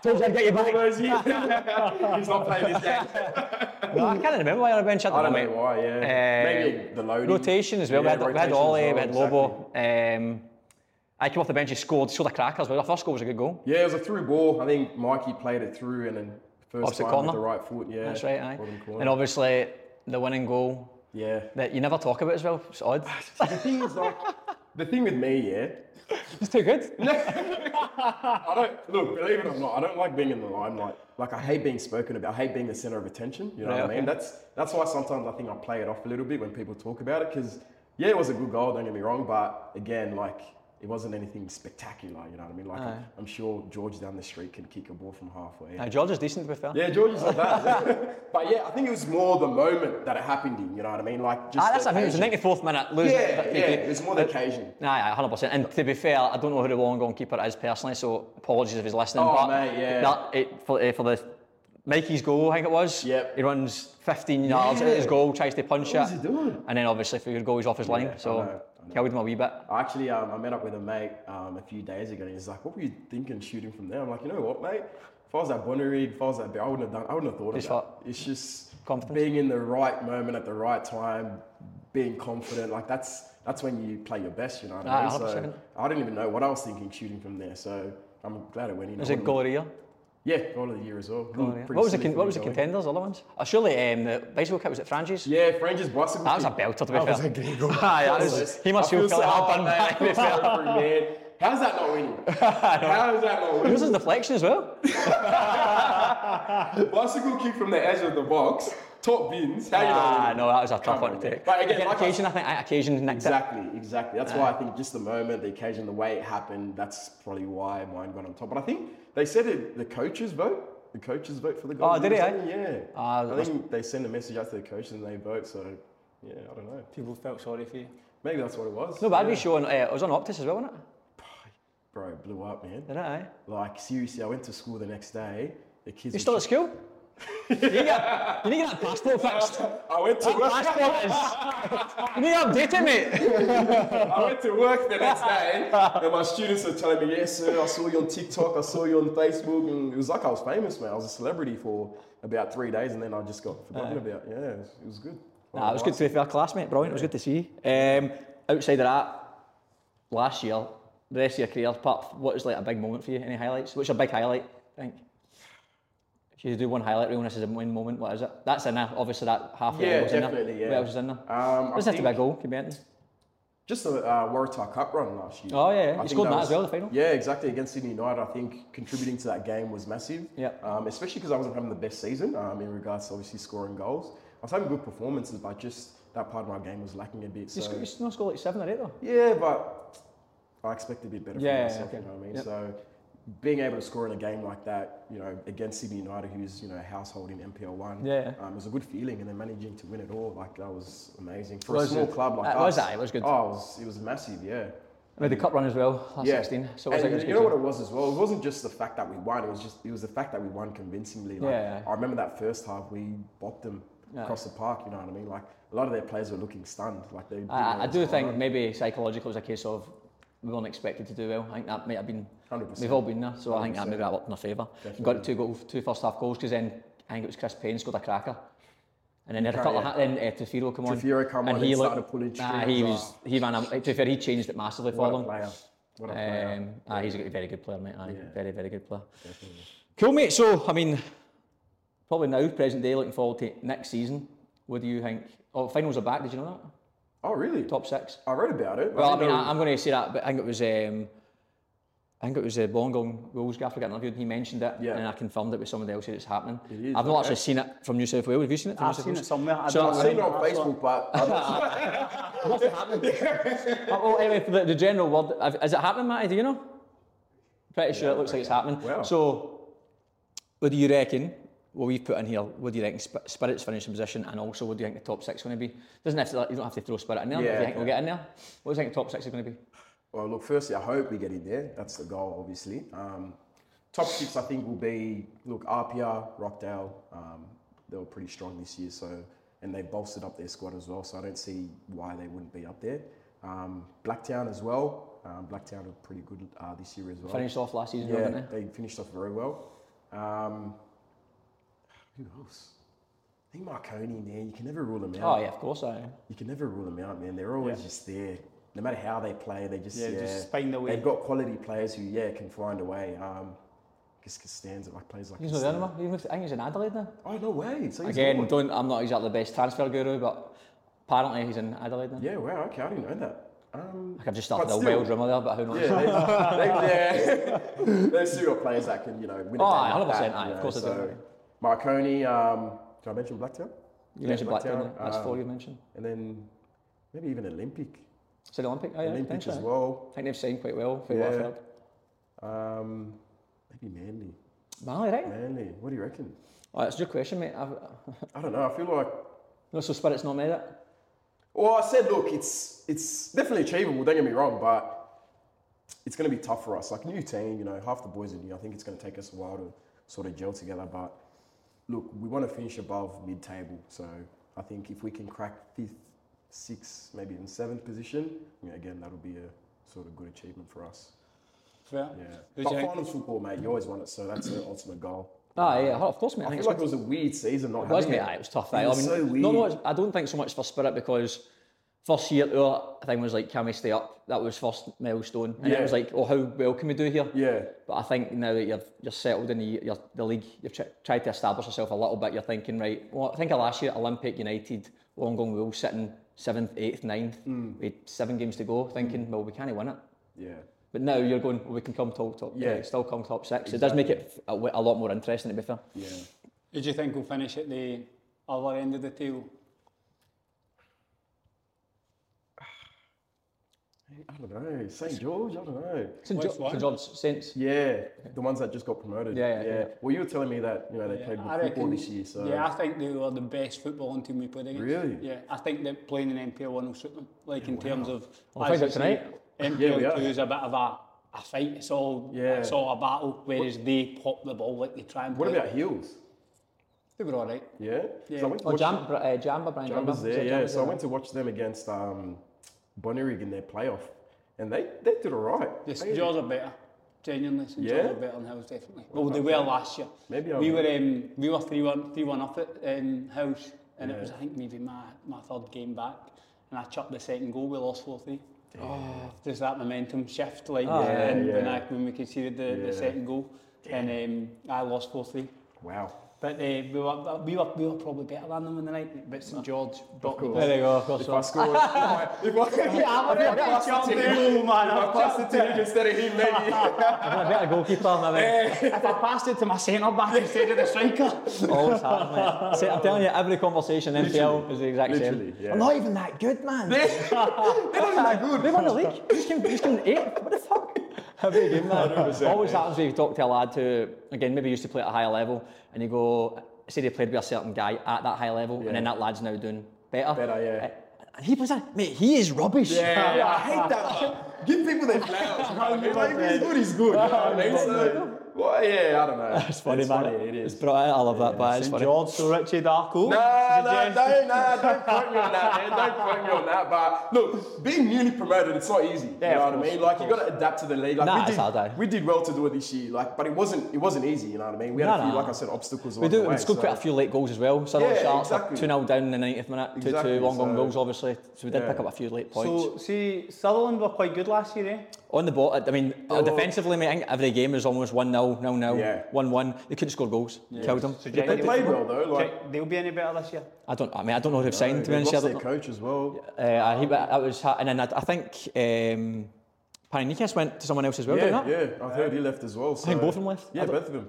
[SPEAKER 1] Told you I'd get you back.
[SPEAKER 2] Those years. He's not playing this game.
[SPEAKER 1] No, I can't remember why you're on a bench. I don't,
[SPEAKER 2] I don't
[SPEAKER 1] know,
[SPEAKER 2] know
[SPEAKER 1] mate.
[SPEAKER 2] why, yeah.
[SPEAKER 1] Uh,
[SPEAKER 2] Maybe the loading.
[SPEAKER 1] Rotation as well.
[SPEAKER 2] Yeah,
[SPEAKER 1] we had, we had
[SPEAKER 2] rotation as
[SPEAKER 1] Ollie,
[SPEAKER 2] well,
[SPEAKER 1] we had Lobo. Um, I came off the bench, he scored, scored a cracker as well. Our first goal was a good goal.
[SPEAKER 2] Yeah, it was a through ball. I think Mikey played it through and then first
[SPEAKER 1] Opposite
[SPEAKER 2] time
[SPEAKER 1] corner.
[SPEAKER 2] with the right foot. Yeah,
[SPEAKER 1] That's right, aye.
[SPEAKER 2] bottom corner.
[SPEAKER 1] And obviously, the winning goal
[SPEAKER 2] yeah.
[SPEAKER 1] that you never talk about as well. It's odd.
[SPEAKER 2] See, the thing is, like, the thing with me, yeah,
[SPEAKER 1] it's too good.
[SPEAKER 2] I don't look. Believe it or not, I don't like being in the limelight. Like, I hate being spoken about. I hate being the center of attention. You know
[SPEAKER 1] Right,
[SPEAKER 2] what I mean?
[SPEAKER 1] okay.
[SPEAKER 2] That's that's why sometimes I think I play it off a little bit when people talk about it because yeah, it was a good goal. Don't get me wrong, but again, like. it wasn't anything spectacular, you know what I mean? Like, I'm, I'm sure George down the street can kick a ball from halfway.
[SPEAKER 1] Now, George is decent to be fair.
[SPEAKER 2] Yeah, George is like that. yeah. But yeah, I think it was more the moment that it happened in, you know what I mean? Like, just.
[SPEAKER 1] Ah, that's
[SPEAKER 2] the
[SPEAKER 1] I mean, it was the
[SPEAKER 2] occasion.
[SPEAKER 1] 94th minute losing.
[SPEAKER 2] Yeah,
[SPEAKER 1] that free
[SPEAKER 2] yeah,
[SPEAKER 1] kick.
[SPEAKER 2] it's more the occasion.
[SPEAKER 1] Nah, yeah, 100%. And to be fair, I don't know who the long gone keeper is personally, so apologies if he's listening.
[SPEAKER 2] Oh,
[SPEAKER 1] but
[SPEAKER 2] mate, yeah.
[SPEAKER 1] That, it, for, eh, for the Mikey's goal, I think it was.
[SPEAKER 2] Yep.
[SPEAKER 1] He runs 15 yards into his
[SPEAKER 2] Yeah.
[SPEAKER 1] goal, tries to punch
[SPEAKER 2] What
[SPEAKER 1] it.
[SPEAKER 2] was he doing?
[SPEAKER 1] And then obviously for your goal, he's off his line.
[SPEAKER 2] I
[SPEAKER 1] So
[SPEAKER 2] know, I know.
[SPEAKER 1] killed him a wee bit.
[SPEAKER 2] Actually, um, I met up with a mate um, a few days ago, and he's like, "What were you thinking shooting from there?" I'm like, "You know what, mate? If I was at Bonnerig, if I was at Bell, I wouldn't have done. I wouldn't have thought
[SPEAKER 1] Just
[SPEAKER 2] of
[SPEAKER 1] thought-
[SPEAKER 2] that. It's just
[SPEAKER 1] Confidence.
[SPEAKER 2] being in the right moment at the right time, being confident. Like that's that's when you play your best. You know what I
[SPEAKER 1] Ah,
[SPEAKER 2] mean?
[SPEAKER 1] 100%.
[SPEAKER 2] So I didn't even know what I was thinking shooting from there. So I'm glad it went in.
[SPEAKER 1] Was
[SPEAKER 2] I
[SPEAKER 1] it
[SPEAKER 2] wouldn't-
[SPEAKER 1] goal of the year?
[SPEAKER 2] Yeah, goal of the year as well.
[SPEAKER 1] Goal of the year. What was the, con- what was the
[SPEAKER 2] content?
[SPEAKER 1] contenders, other ones? Uh, surely um, the bicycle kit was at Frangi's?
[SPEAKER 2] Yeah, Frange's bicycle.
[SPEAKER 1] That Ah, was a
[SPEAKER 2] kick.
[SPEAKER 1] belter, to be
[SPEAKER 2] That
[SPEAKER 1] fair.
[SPEAKER 2] was a giggle.
[SPEAKER 1] Aye, that was- he must
[SPEAKER 2] I
[SPEAKER 1] feel
[SPEAKER 2] feel
[SPEAKER 1] kinda
[SPEAKER 2] so
[SPEAKER 1] hard done by,
[SPEAKER 2] bad,
[SPEAKER 1] to be
[SPEAKER 2] man.
[SPEAKER 1] fair.
[SPEAKER 2] Sorry, man. How's that not winning? How's that not
[SPEAKER 1] It was a
[SPEAKER 2] winning?
[SPEAKER 1] deflection as well.
[SPEAKER 2] Bicycle kick from the edge of the box, top bins. How you not
[SPEAKER 1] Ah,
[SPEAKER 2] winning?
[SPEAKER 1] no, that was a tough
[SPEAKER 2] Come
[SPEAKER 1] one
[SPEAKER 2] on,
[SPEAKER 1] to
[SPEAKER 2] man.
[SPEAKER 1] take.
[SPEAKER 2] But again, like I-
[SPEAKER 1] occasion, I think, occasion nicked it.
[SPEAKER 2] Exactly, exactly. That's why I think just the moment, the occasion, the way it happened, that's probably why mine got on top. But I think they said it, the coaches vote. The coaches vote for the goal.
[SPEAKER 1] Oh, did
[SPEAKER 2] or
[SPEAKER 1] it, eh?
[SPEAKER 2] something, Yeah.
[SPEAKER 1] Ah, that
[SPEAKER 2] I
[SPEAKER 1] must-
[SPEAKER 2] think they send a message out to the coaches and they vote. So, yeah, I don't know.
[SPEAKER 5] People felt sorry for you.
[SPEAKER 2] Maybe that's what it was.
[SPEAKER 1] No, but I'd
[SPEAKER 2] Yeah.
[SPEAKER 1] be showing, uh, it was on Optus as well, wasn't it?
[SPEAKER 2] Bro, it blew up, man.
[SPEAKER 1] Didn't it, aye?
[SPEAKER 2] Like seriously, I went to school the next day. The kids.
[SPEAKER 1] You
[SPEAKER 2] were
[SPEAKER 1] still at
[SPEAKER 2] sh-
[SPEAKER 1] school? you, need to get, you need to get that passport fixed.
[SPEAKER 2] I went to
[SPEAKER 1] That
[SPEAKER 2] work.
[SPEAKER 1] passport is. You need to update it, mate.
[SPEAKER 2] I went to work the next day, and my students were telling me, "Yes, sir, I saw you on TikTok. I saw you on Facebook." And it was like I was famous, man. I was a celebrity for about three days, and then I just got forgotten about. Yeah, it was, it was good.
[SPEAKER 1] Nah, it was good to be fair, classmate, brilliant. It was good to see. you. Um, outside of that, last year, the rest of your career, apart from what was like a big moment for you? Any highlights? What's your big highlight? I think. If you do one highlight reel, and this is a win moment. What is it? That's in there. Obviously, that half
[SPEAKER 2] Yeah,
[SPEAKER 1] was in there.
[SPEAKER 2] definitely, yeah.
[SPEAKER 1] What else is in there?
[SPEAKER 2] Um, I
[SPEAKER 1] Doesn't have to be a
[SPEAKER 2] think
[SPEAKER 1] goal, can be anything.
[SPEAKER 2] just the uh, Waratah Cup run last year.
[SPEAKER 1] Oh, yeah, yeah. You
[SPEAKER 2] think
[SPEAKER 1] scored that as well, the final.
[SPEAKER 2] Yeah, exactly. Against Sydney United, I think contributing to that game was massive.
[SPEAKER 1] Yeah.
[SPEAKER 2] Um, especially because I wasn't having the best season um, in regards to obviously scoring goals. I was having good performances, but just that part of my game was lacking a bit.
[SPEAKER 1] You
[SPEAKER 2] So
[SPEAKER 1] scored, you still scored like seven or eight though.
[SPEAKER 2] yeah, but I expect a bit better
[SPEAKER 1] Yeah,
[SPEAKER 2] from myself.
[SPEAKER 1] okay.
[SPEAKER 2] You know what I mean?
[SPEAKER 1] Yep.
[SPEAKER 2] So being able to score in a game like that, you know, against Sydney United, who's you know a household in MPL one,
[SPEAKER 1] Yeah.
[SPEAKER 2] um, it was a good feeling, and then managing to win it all, like that was amazing for
[SPEAKER 1] Was
[SPEAKER 2] a small
[SPEAKER 1] it?
[SPEAKER 2] club like
[SPEAKER 1] It
[SPEAKER 2] us.
[SPEAKER 1] was that, it was good.
[SPEAKER 2] Oh, it was, it was massive, yeah.
[SPEAKER 1] We had the cup run as well, last 16. So it was
[SPEAKER 2] and
[SPEAKER 1] like,
[SPEAKER 2] you know what it was as well. It wasn't just the fact that we won. It was just it was the fact that we won convincingly. Like,
[SPEAKER 1] Yeah.
[SPEAKER 2] I remember that first half we bopped them across the park. You know what I mean? Like a lot of their players were looking stunned. Like they. didn't know
[SPEAKER 1] I, I
[SPEAKER 2] what
[SPEAKER 1] do
[SPEAKER 2] was going
[SPEAKER 1] think
[SPEAKER 2] on.
[SPEAKER 1] maybe psychological is a case of we weren't expected to do well. I think that might have been.
[SPEAKER 2] 100%.
[SPEAKER 1] We've all been there, so I think that maybe that worked in our favour. Got two goals, two first half goals because then I think it was Chris Payne scored a cracker, and then they had a couple.
[SPEAKER 2] yeah.
[SPEAKER 1] Of, then uh, Tefiro come on.
[SPEAKER 2] Tefiro come on and started pulling
[SPEAKER 1] Nah, he
[SPEAKER 2] strings
[SPEAKER 1] was. He ran. a- To be fair, he changed it massively for
[SPEAKER 2] What a
[SPEAKER 1] them.
[SPEAKER 2] player. What a player.
[SPEAKER 1] Um, ah, he's a very good player, mate. Aye,
[SPEAKER 2] Yeah.
[SPEAKER 1] very, very good player. Cool, mate. So, I mean, probably now, present day, looking forward to next season. What do you think? Oh, finals are back. Did you know that?
[SPEAKER 2] Oh, really?
[SPEAKER 1] Top six.
[SPEAKER 2] I read about it.
[SPEAKER 1] Well, I mean,
[SPEAKER 2] didn't know-
[SPEAKER 1] I, I'm going to say that, but I think it was. Um, I think it was uh, Bongong Wolves Gaffer got interviewed and he mentioned it
[SPEAKER 2] Yeah.
[SPEAKER 1] and I confirmed it with somebody else that it's happening.
[SPEAKER 2] It is,
[SPEAKER 1] I've not
[SPEAKER 2] okay.
[SPEAKER 1] actually seen it from New South Wales. Have you seen it? From
[SPEAKER 5] I've
[SPEAKER 1] New South
[SPEAKER 5] seen it
[SPEAKER 1] Wales?
[SPEAKER 5] somewhere. I
[SPEAKER 1] So-
[SPEAKER 5] don't
[SPEAKER 2] I've
[SPEAKER 5] know
[SPEAKER 2] seen it
[SPEAKER 5] where,
[SPEAKER 2] on
[SPEAKER 5] that's what-
[SPEAKER 2] Facebook, but I don't-
[SPEAKER 1] Uh, well, anyway, for the, the general word, I've- is it happening, Matty? Do you know? Pretty sure it looks like it's happening.
[SPEAKER 2] Wow.
[SPEAKER 1] So, what do you reckon? What we've put in here. What do you reckon? Sp- Spirit's finishing position, and also what do you think the top six going to be? Doesn't have to. You don't have to throw Spirit in there. but do
[SPEAKER 2] Yeah,
[SPEAKER 1] you think we'll
[SPEAKER 2] okay.
[SPEAKER 1] get in there? What do you think the top six is going to be?
[SPEAKER 2] Well, look, firstly, I hope we get in there. That's the goal, obviously. Um, top six, I think, will be look, RPR, Rockdale. Um, they were pretty strong this year, so and they bolstered up their squad as well. So I don't see why they wouldn't be up there. Um, Blacktown as well. Um, Blacktown are pretty good uh, this year as well.
[SPEAKER 1] Finished off last season,
[SPEAKER 2] yeah,
[SPEAKER 1] didn't they?
[SPEAKER 2] they finished off very well. Um, who else? I think Marconi, man. You can never rule them out
[SPEAKER 1] Oh yeah, of course. I.
[SPEAKER 2] you can never rule them out, man. They're always just there. No matter how they play, they just
[SPEAKER 5] Yeah,
[SPEAKER 2] yeah,
[SPEAKER 5] just find their way.
[SPEAKER 2] They've got quality players who yeah can find a way. Um, because Costanza like plays like
[SPEAKER 1] He's not there
[SPEAKER 2] Costanza.
[SPEAKER 1] anymore. He moved- I think he's in Adelaide now.
[SPEAKER 2] Oh no way! So he's
[SPEAKER 1] Again,
[SPEAKER 2] gone.
[SPEAKER 1] don't. I'm not exactly the best transfer guru, but apparently he's in Adelaide now.
[SPEAKER 2] yeah. Wow. Okay, I didn't know that. Um,
[SPEAKER 1] I've just started
[SPEAKER 2] But
[SPEAKER 1] a
[SPEAKER 2] still-
[SPEAKER 1] wild rumor there, but who knows?
[SPEAKER 2] yeah, they, they, yeah. they've still got players that can you know win.
[SPEAKER 1] Oh,
[SPEAKER 2] a game like
[SPEAKER 1] 100%,
[SPEAKER 2] that,
[SPEAKER 1] aye,
[SPEAKER 2] you
[SPEAKER 1] of
[SPEAKER 2] know,
[SPEAKER 1] course they
[SPEAKER 2] so,
[SPEAKER 1] do.
[SPEAKER 2] Marconi. Um, did I mention Blacktown? uh,
[SPEAKER 1] You mentioned Blacktown. there. That's
[SPEAKER 2] um,
[SPEAKER 1] four you mentioned.
[SPEAKER 2] And then maybe even Olympic.
[SPEAKER 1] So the Olympic, oh, yeah,
[SPEAKER 2] Olympics as
[SPEAKER 1] potentially.
[SPEAKER 2] well.
[SPEAKER 1] I think they've signed quite well for
[SPEAKER 2] Yeah.
[SPEAKER 1] Watford.
[SPEAKER 2] Um, maybe Manly.
[SPEAKER 1] Manly, right?
[SPEAKER 2] Manly. What do you reckon?
[SPEAKER 1] Oh, that's a good question, mate. I've,
[SPEAKER 2] I don't know. I feel like.
[SPEAKER 1] no, so Spirit's not made it.
[SPEAKER 2] Well, I said, look, it's it's definitely achievable. Don't get me wrong, but it's going to be tough for us. Like new team, you know, half the boys are new. I think it's going to take us a while to sort of gel together. But look, we want to finish above mid-table, so I think if we can crack fifth, sixth, maybe even seventh position, you know, again, that'll be a sort of good achievement for us.
[SPEAKER 3] Fair.
[SPEAKER 2] Yeah.
[SPEAKER 3] Who's
[SPEAKER 2] But
[SPEAKER 3] your-
[SPEAKER 2] finals football, mate, you always want it, so that's the ultimate goal.
[SPEAKER 1] Ah, yeah, of course, mate. I,
[SPEAKER 2] I
[SPEAKER 1] think
[SPEAKER 2] feel
[SPEAKER 1] it's
[SPEAKER 2] like it was a weird season not
[SPEAKER 1] It was,
[SPEAKER 2] having
[SPEAKER 1] mate.
[SPEAKER 2] it.
[SPEAKER 1] aye, It was tough.
[SPEAKER 2] It
[SPEAKER 1] aye.
[SPEAKER 2] was
[SPEAKER 1] I mean,
[SPEAKER 2] so
[SPEAKER 1] No, no,
[SPEAKER 2] weird.
[SPEAKER 1] it's- I don't think so much for Spirit because first year oh, our thing was like, can we stay up? That was first milestone, and it
[SPEAKER 2] Yeah.
[SPEAKER 1] was like, oh, how well can we do here?
[SPEAKER 2] Yeah.
[SPEAKER 1] But I think now that you've you're settled in the, you're, the league, you've tr- tried to establish yourself a little bit. You're thinking, right? Well, I think last year Olympic United, Wollongong, we were all sitting seventh, eighth, ninth.
[SPEAKER 2] Hmm.
[SPEAKER 1] We had seven games to go, thinking, well, we can't win it.
[SPEAKER 2] Yeah.
[SPEAKER 1] But now you're going, well, we can come top, top
[SPEAKER 2] Yeah.
[SPEAKER 1] yeah. still come top six. It does make it f- a, w- a lot more interesting, to be fair.
[SPEAKER 2] Yeah.
[SPEAKER 3] Who do you think will finish at the other end of the table?
[SPEAKER 2] I don't know. St. George, I don't know.
[SPEAKER 1] St.
[SPEAKER 3] Which
[SPEAKER 1] Jo-
[SPEAKER 3] one?
[SPEAKER 1] St. George Saints.
[SPEAKER 2] Yeah, the ones that just got promoted.
[SPEAKER 1] Yeah, yeah, yeah.
[SPEAKER 2] Well, you were telling me that you know they played good
[SPEAKER 3] I
[SPEAKER 2] football
[SPEAKER 3] reckon-
[SPEAKER 2] this year, so
[SPEAKER 3] Yeah, I think they were the best footballing team we played against.
[SPEAKER 2] Really?
[SPEAKER 3] Yeah, I think that playing in NPL one will suit them. Like in terms of,
[SPEAKER 1] We'll find
[SPEAKER 3] as you
[SPEAKER 1] out tonight.
[SPEAKER 3] say,
[SPEAKER 2] Yeah,
[SPEAKER 3] NPL
[SPEAKER 2] we are.
[SPEAKER 3] two is a bit of a, a fight. It's all
[SPEAKER 2] Yeah.
[SPEAKER 3] it's all a battle. Whereas they pop the ball like they try and.
[SPEAKER 2] What
[SPEAKER 3] play.
[SPEAKER 2] about Heels?
[SPEAKER 3] They were all right.
[SPEAKER 2] Yeah.
[SPEAKER 3] Yeah.
[SPEAKER 2] So I went to
[SPEAKER 1] Oh,
[SPEAKER 2] watch-
[SPEAKER 1] Jam, Br- uh, Jamba, Brian
[SPEAKER 2] Jam
[SPEAKER 1] Jamba.
[SPEAKER 2] was
[SPEAKER 1] Is
[SPEAKER 2] there.
[SPEAKER 1] it
[SPEAKER 2] Yeah.
[SPEAKER 1] Jamba's
[SPEAKER 2] So I
[SPEAKER 1] there?
[SPEAKER 2] went to watch them against um, Bonnerig in their playoff, and they they did all right.
[SPEAKER 3] Yes,
[SPEAKER 2] They-
[SPEAKER 3] yours are better. Genuinely, St.
[SPEAKER 2] Yeah?
[SPEAKER 3] George are better than House definitely. Well, they were last year.
[SPEAKER 2] Maybe I'll-
[SPEAKER 3] we were um, we were three one three one up at um, House, and it was I think maybe my, my third game back, and I chucked the second goal. We lost four three. Oh, there's that momentum shift like
[SPEAKER 2] yeah,
[SPEAKER 3] and when,
[SPEAKER 2] yeah.
[SPEAKER 3] I, when we conceded the,
[SPEAKER 2] Yeah.
[SPEAKER 3] the second goal, and um, I lost four three.
[SPEAKER 2] Wow.
[SPEAKER 3] But uh, we, were, we were we were probably better than them in the night. But St George brought
[SPEAKER 1] There
[SPEAKER 3] the ball.
[SPEAKER 1] you go, of course.
[SPEAKER 2] If I scored, if I, if I,
[SPEAKER 3] I've
[SPEAKER 2] passed
[SPEAKER 3] chucked
[SPEAKER 2] it
[SPEAKER 3] the
[SPEAKER 2] to him-
[SPEAKER 3] goal, Oh, man.
[SPEAKER 2] if I
[SPEAKER 3] I've
[SPEAKER 2] passed it
[SPEAKER 3] chucked
[SPEAKER 2] to him instead of him, maybe.
[SPEAKER 1] I'm a better goalkeeper, maybe.
[SPEAKER 3] If I passed it to my centre back instead of the striker.
[SPEAKER 1] Always happens, mate. See, I'm telling you, every conversation in NPL is the exact
[SPEAKER 2] Literally,
[SPEAKER 1] same.
[SPEAKER 2] yeah.
[SPEAKER 1] I'm not even that good, man. They're not even that good. They won the league. Who's came, who's came eighth? What the fuck? Every game, man. Always happens when you talk to a lad who, again, maybe used to play at a higher level, and you go, say they played with a certain guy at that high level, and then
[SPEAKER 2] Yeah.
[SPEAKER 1] that lad's now doing better.
[SPEAKER 2] Better, yeah.
[SPEAKER 1] Uh, And he plays that, mate, he is rubbish.
[SPEAKER 2] Yeah, I hate that. Give people their flowers. man. If like, if he's good, he's good. You know what I mean? So, well, yeah, I don't know.
[SPEAKER 1] It's funny,
[SPEAKER 2] it's
[SPEAKER 1] man.
[SPEAKER 2] Funny, it is.
[SPEAKER 1] Bro, I I love that, but it's
[SPEAKER 3] St
[SPEAKER 1] funny.
[SPEAKER 3] George, so Richard Arco.
[SPEAKER 2] Nah, nah, no, nah, don't quote me on that, man. Don't quote me on that. But look, being newly promoted, it's not easy.
[SPEAKER 3] Yeah,
[SPEAKER 2] you know what I
[SPEAKER 3] of course,
[SPEAKER 2] mean?
[SPEAKER 3] of
[SPEAKER 2] Like you got to adapt to the league. Like
[SPEAKER 1] Nah,
[SPEAKER 2] we
[SPEAKER 1] it's
[SPEAKER 2] did,
[SPEAKER 1] hard, eh?
[SPEAKER 2] we did well to do it this year. Like, but it wasn't, it wasn't easy. You know what I mean? We had a
[SPEAKER 1] Nah,
[SPEAKER 2] few,
[SPEAKER 1] nah.
[SPEAKER 2] like I said, obstacles.
[SPEAKER 1] We
[SPEAKER 2] along
[SPEAKER 1] do.
[SPEAKER 2] The
[SPEAKER 1] We
[SPEAKER 2] way,
[SPEAKER 1] scored quite a
[SPEAKER 2] so-
[SPEAKER 1] few late goals as well. Sutherland
[SPEAKER 2] Yeah,
[SPEAKER 1] Sharks are
[SPEAKER 2] exactly.
[SPEAKER 1] 2 0 down in the 90th minute, 2
[SPEAKER 2] Exactly,
[SPEAKER 1] 2 long
[SPEAKER 2] so-
[SPEAKER 1] goals, obviously. So we did
[SPEAKER 2] Yeah.
[SPEAKER 1] pick up a few late points.
[SPEAKER 3] So, see, Sutherland were quite good last year, eh?
[SPEAKER 1] On the ball, I mean, uh, defensively, mate, I think every game was almost 1 0, 0
[SPEAKER 2] Yeah.
[SPEAKER 1] 0, 1 1. They couldn't score goals. Killed them.
[SPEAKER 3] So, do
[SPEAKER 2] They
[SPEAKER 3] you
[SPEAKER 2] played well though. Like
[SPEAKER 3] think they'll be any better this year?
[SPEAKER 1] I don't I mean, I don't know who they've signed, to be
[SPEAKER 2] they
[SPEAKER 1] honest. I
[SPEAKER 2] lost
[SPEAKER 1] don't
[SPEAKER 2] their
[SPEAKER 1] know.
[SPEAKER 2] coach as well.
[SPEAKER 1] Uh, I, think that that was, ha- and then I, I think um, Panikas went to someone else as well,
[SPEAKER 2] Yeah,
[SPEAKER 1] didn't
[SPEAKER 2] yeah.
[SPEAKER 1] that?
[SPEAKER 2] I've heard he left as well. So. I
[SPEAKER 1] think both of them left. I
[SPEAKER 2] Yeah,
[SPEAKER 1] don't-
[SPEAKER 2] both of them.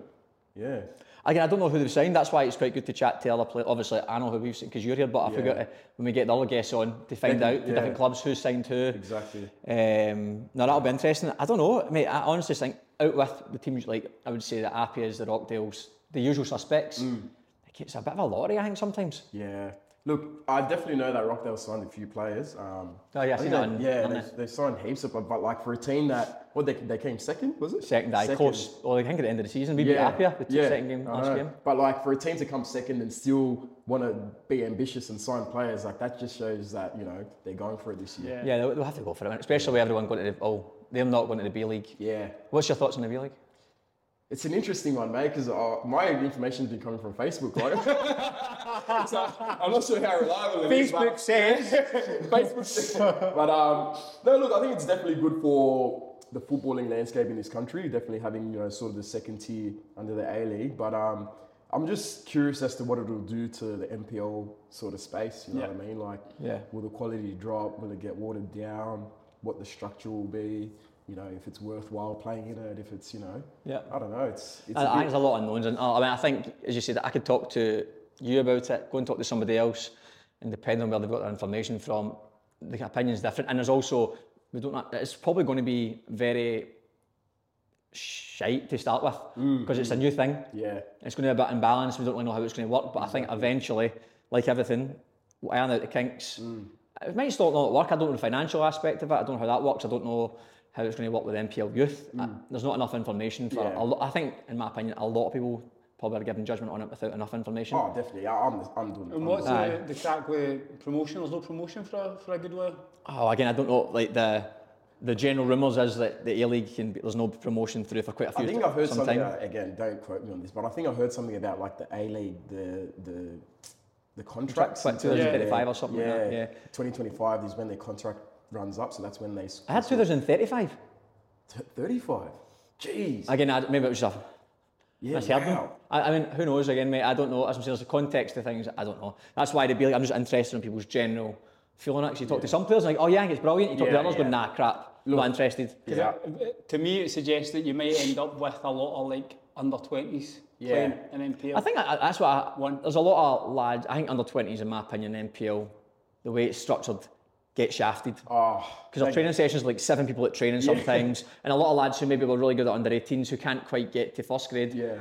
[SPEAKER 2] Yeah.
[SPEAKER 1] Again, I don't know who they've signed. That's why it's quite good to chat to other players. Obviously, I know who we've seen because you're here, but I
[SPEAKER 2] Yeah.
[SPEAKER 1] forgot to, when we get the other guests on to find
[SPEAKER 2] Yeah,
[SPEAKER 1] out the
[SPEAKER 2] yeah.
[SPEAKER 1] different clubs who's signed who.
[SPEAKER 2] Exactly.
[SPEAKER 1] Um, no, that'll be interesting. I don't know, mate. I honestly think out with the teams like I would say the Appias, the Rockdales, the usual suspects. Like, it's a bit of a lottery, I think sometimes.
[SPEAKER 2] Yeah. Look, I definitely know that Rockdale signed a few players. Um,
[SPEAKER 1] Oh, yeah, I
[SPEAKER 2] I think
[SPEAKER 1] seen that
[SPEAKER 2] they-
[SPEAKER 1] on-
[SPEAKER 2] yeah,
[SPEAKER 1] on
[SPEAKER 2] they,
[SPEAKER 1] it.
[SPEAKER 2] they signed heaps of, but, but like for a team that, what they, they came second, was it?
[SPEAKER 1] Second, aye, close. Well, I think at the end of the season we beat Appia the
[SPEAKER 2] yeah,
[SPEAKER 1] second game
[SPEAKER 2] I
[SPEAKER 1] last
[SPEAKER 2] know.
[SPEAKER 1] game.
[SPEAKER 2] But like for a team to come second and still want to be ambitious and sign players, like that just shows that you know they're going for it this year.
[SPEAKER 1] Yeah, they'll, they'll have to go for it, especially with everyone going to the. Oh, they're not going to the B League.
[SPEAKER 2] Yeah.
[SPEAKER 1] What's your thoughts on the B League?
[SPEAKER 2] It's an interesting one, mate, because uh, my information's been coming from Facebook, right? so I'm not sure how reliable it is. but-
[SPEAKER 3] Facebook says.
[SPEAKER 2] Facebook. but um, no, look, I think it's definitely good for the footballing landscape in this country. Definitely having you know sort of the second tier under the A League. But um, I'm just curious as to what it'll do to the NPL sort of space. You know
[SPEAKER 3] Yeah.
[SPEAKER 2] what I mean? Like,
[SPEAKER 1] Yeah.
[SPEAKER 2] will the quality drop? Will it get watered down? What the structure will be? You know, if it's worthwhile playing in it, if it's you know,
[SPEAKER 1] Yeah.
[SPEAKER 2] I don't know. It's it's
[SPEAKER 1] I, I
[SPEAKER 2] a
[SPEAKER 1] think
[SPEAKER 2] bit,
[SPEAKER 1] there's a lot of unknowns. And, uh, I mean, I think, as you said, I could talk to you about it, go and talk to somebody else, and depending on where they've got their information from, the opinion's different. And there's also, we don't know, it's probably going to be very shite to start with
[SPEAKER 2] Mm.
[SPEAKER 1] because it's a new thing.
[SPEAKER 2] Yeah.
[SPEAKER 1] It's going to be a bit imbalanced. We don't really know how it's going to work. But I think eventually, like everything, we'll iron out the kinks.
[SPEAKER 2] Mm.
[SPEAKER 1] It might still not work. I don't know the financial aspect of it. I don't know how that works. I don't know how it's going to work with NPL youth. I- there's not enough information for
[SPEAKER 2] Mm. Yeah.
[SPEAKER 1] a lot. I think, in my opinion, a lot of people probably are giving judgment on it without enough information.
[SPEAKER 2] Oh, definitely. I, I'm, I'm doing.
[SPEAKER 3] And
[SPEAKER 2] I'm
[SPEAKER 3] what's
[SPEAKER 2] doing-
[SPEAKER 3] the, the crack with promotion? There's no promotion for a, for a good while.
[SPEAKER 1] Oh, again, I don't know. Like the the general rumours is that the A League can be, there's no promotion through for quite a few.
[SPEAKER 2] I think I've heard
[SPEAKER 1] some
[SPEAKER 2] something
[SPEAKER 1] time.
[SPEAKER 2] uh, again. Don't quote me on this, but I think I heard something about like the A League, the the the contracts.
[SPEAKER 1] like
[SPEAKER 2] in terms of
[SPEAKER 1] 2035
[SPEAKER 2] their-
[SPEAKER 1] or something like that, yeah.
[SPEAKER 2] 2025 is when their contract runs up, so that's when they.
[SPEAKER 1] I had 2035.
[SPEAKER 2] 35. Jeez.
[SPEAKER 1] Again, I, maybe it was just a
[SPEAKER 2] yeah.
[SPEAKER 1] Misheard them.
[SPEAKER 2] wow.
[SPEAKER 1] I, I mean, who knows again, mate? I don't know. As I'm saying, there's a context to things. I don't know. That's why it'd be like, I'm just interested in people's general feeling. Actually, talk to some players like, oh yeah, I think it's brilliant. You talk to
[SPEAKER 2] Yeah,
[SPEAKER 1] others,
[SPEAKER 2] yeah.
[SPEAKER 1] going, nah, crap, not interested.
[SPEAKER 2] Yeah.
[SPEAKER 3] To me, it suggests that you might end up with a lot of like under 20s
[SPEAKER 2] Yeah.
[SPEAKER 3] playing in NPL.
[SPEAKER 1] I think I, I- that's what I,
[SPEAKER 3] One.
[SPEAKER 1] There's a lot of lads. I think under 20s, in my opinion, NPL, the way it's structured, get shafted.
[SPEAKER 2] Oh,
[SPEAKER 1] Because our training sessions like seven people at training sometimes, and a lot of lads who maybe were really good at under 18s who can't quite get to first grade
[SPEAKER 2] yeah.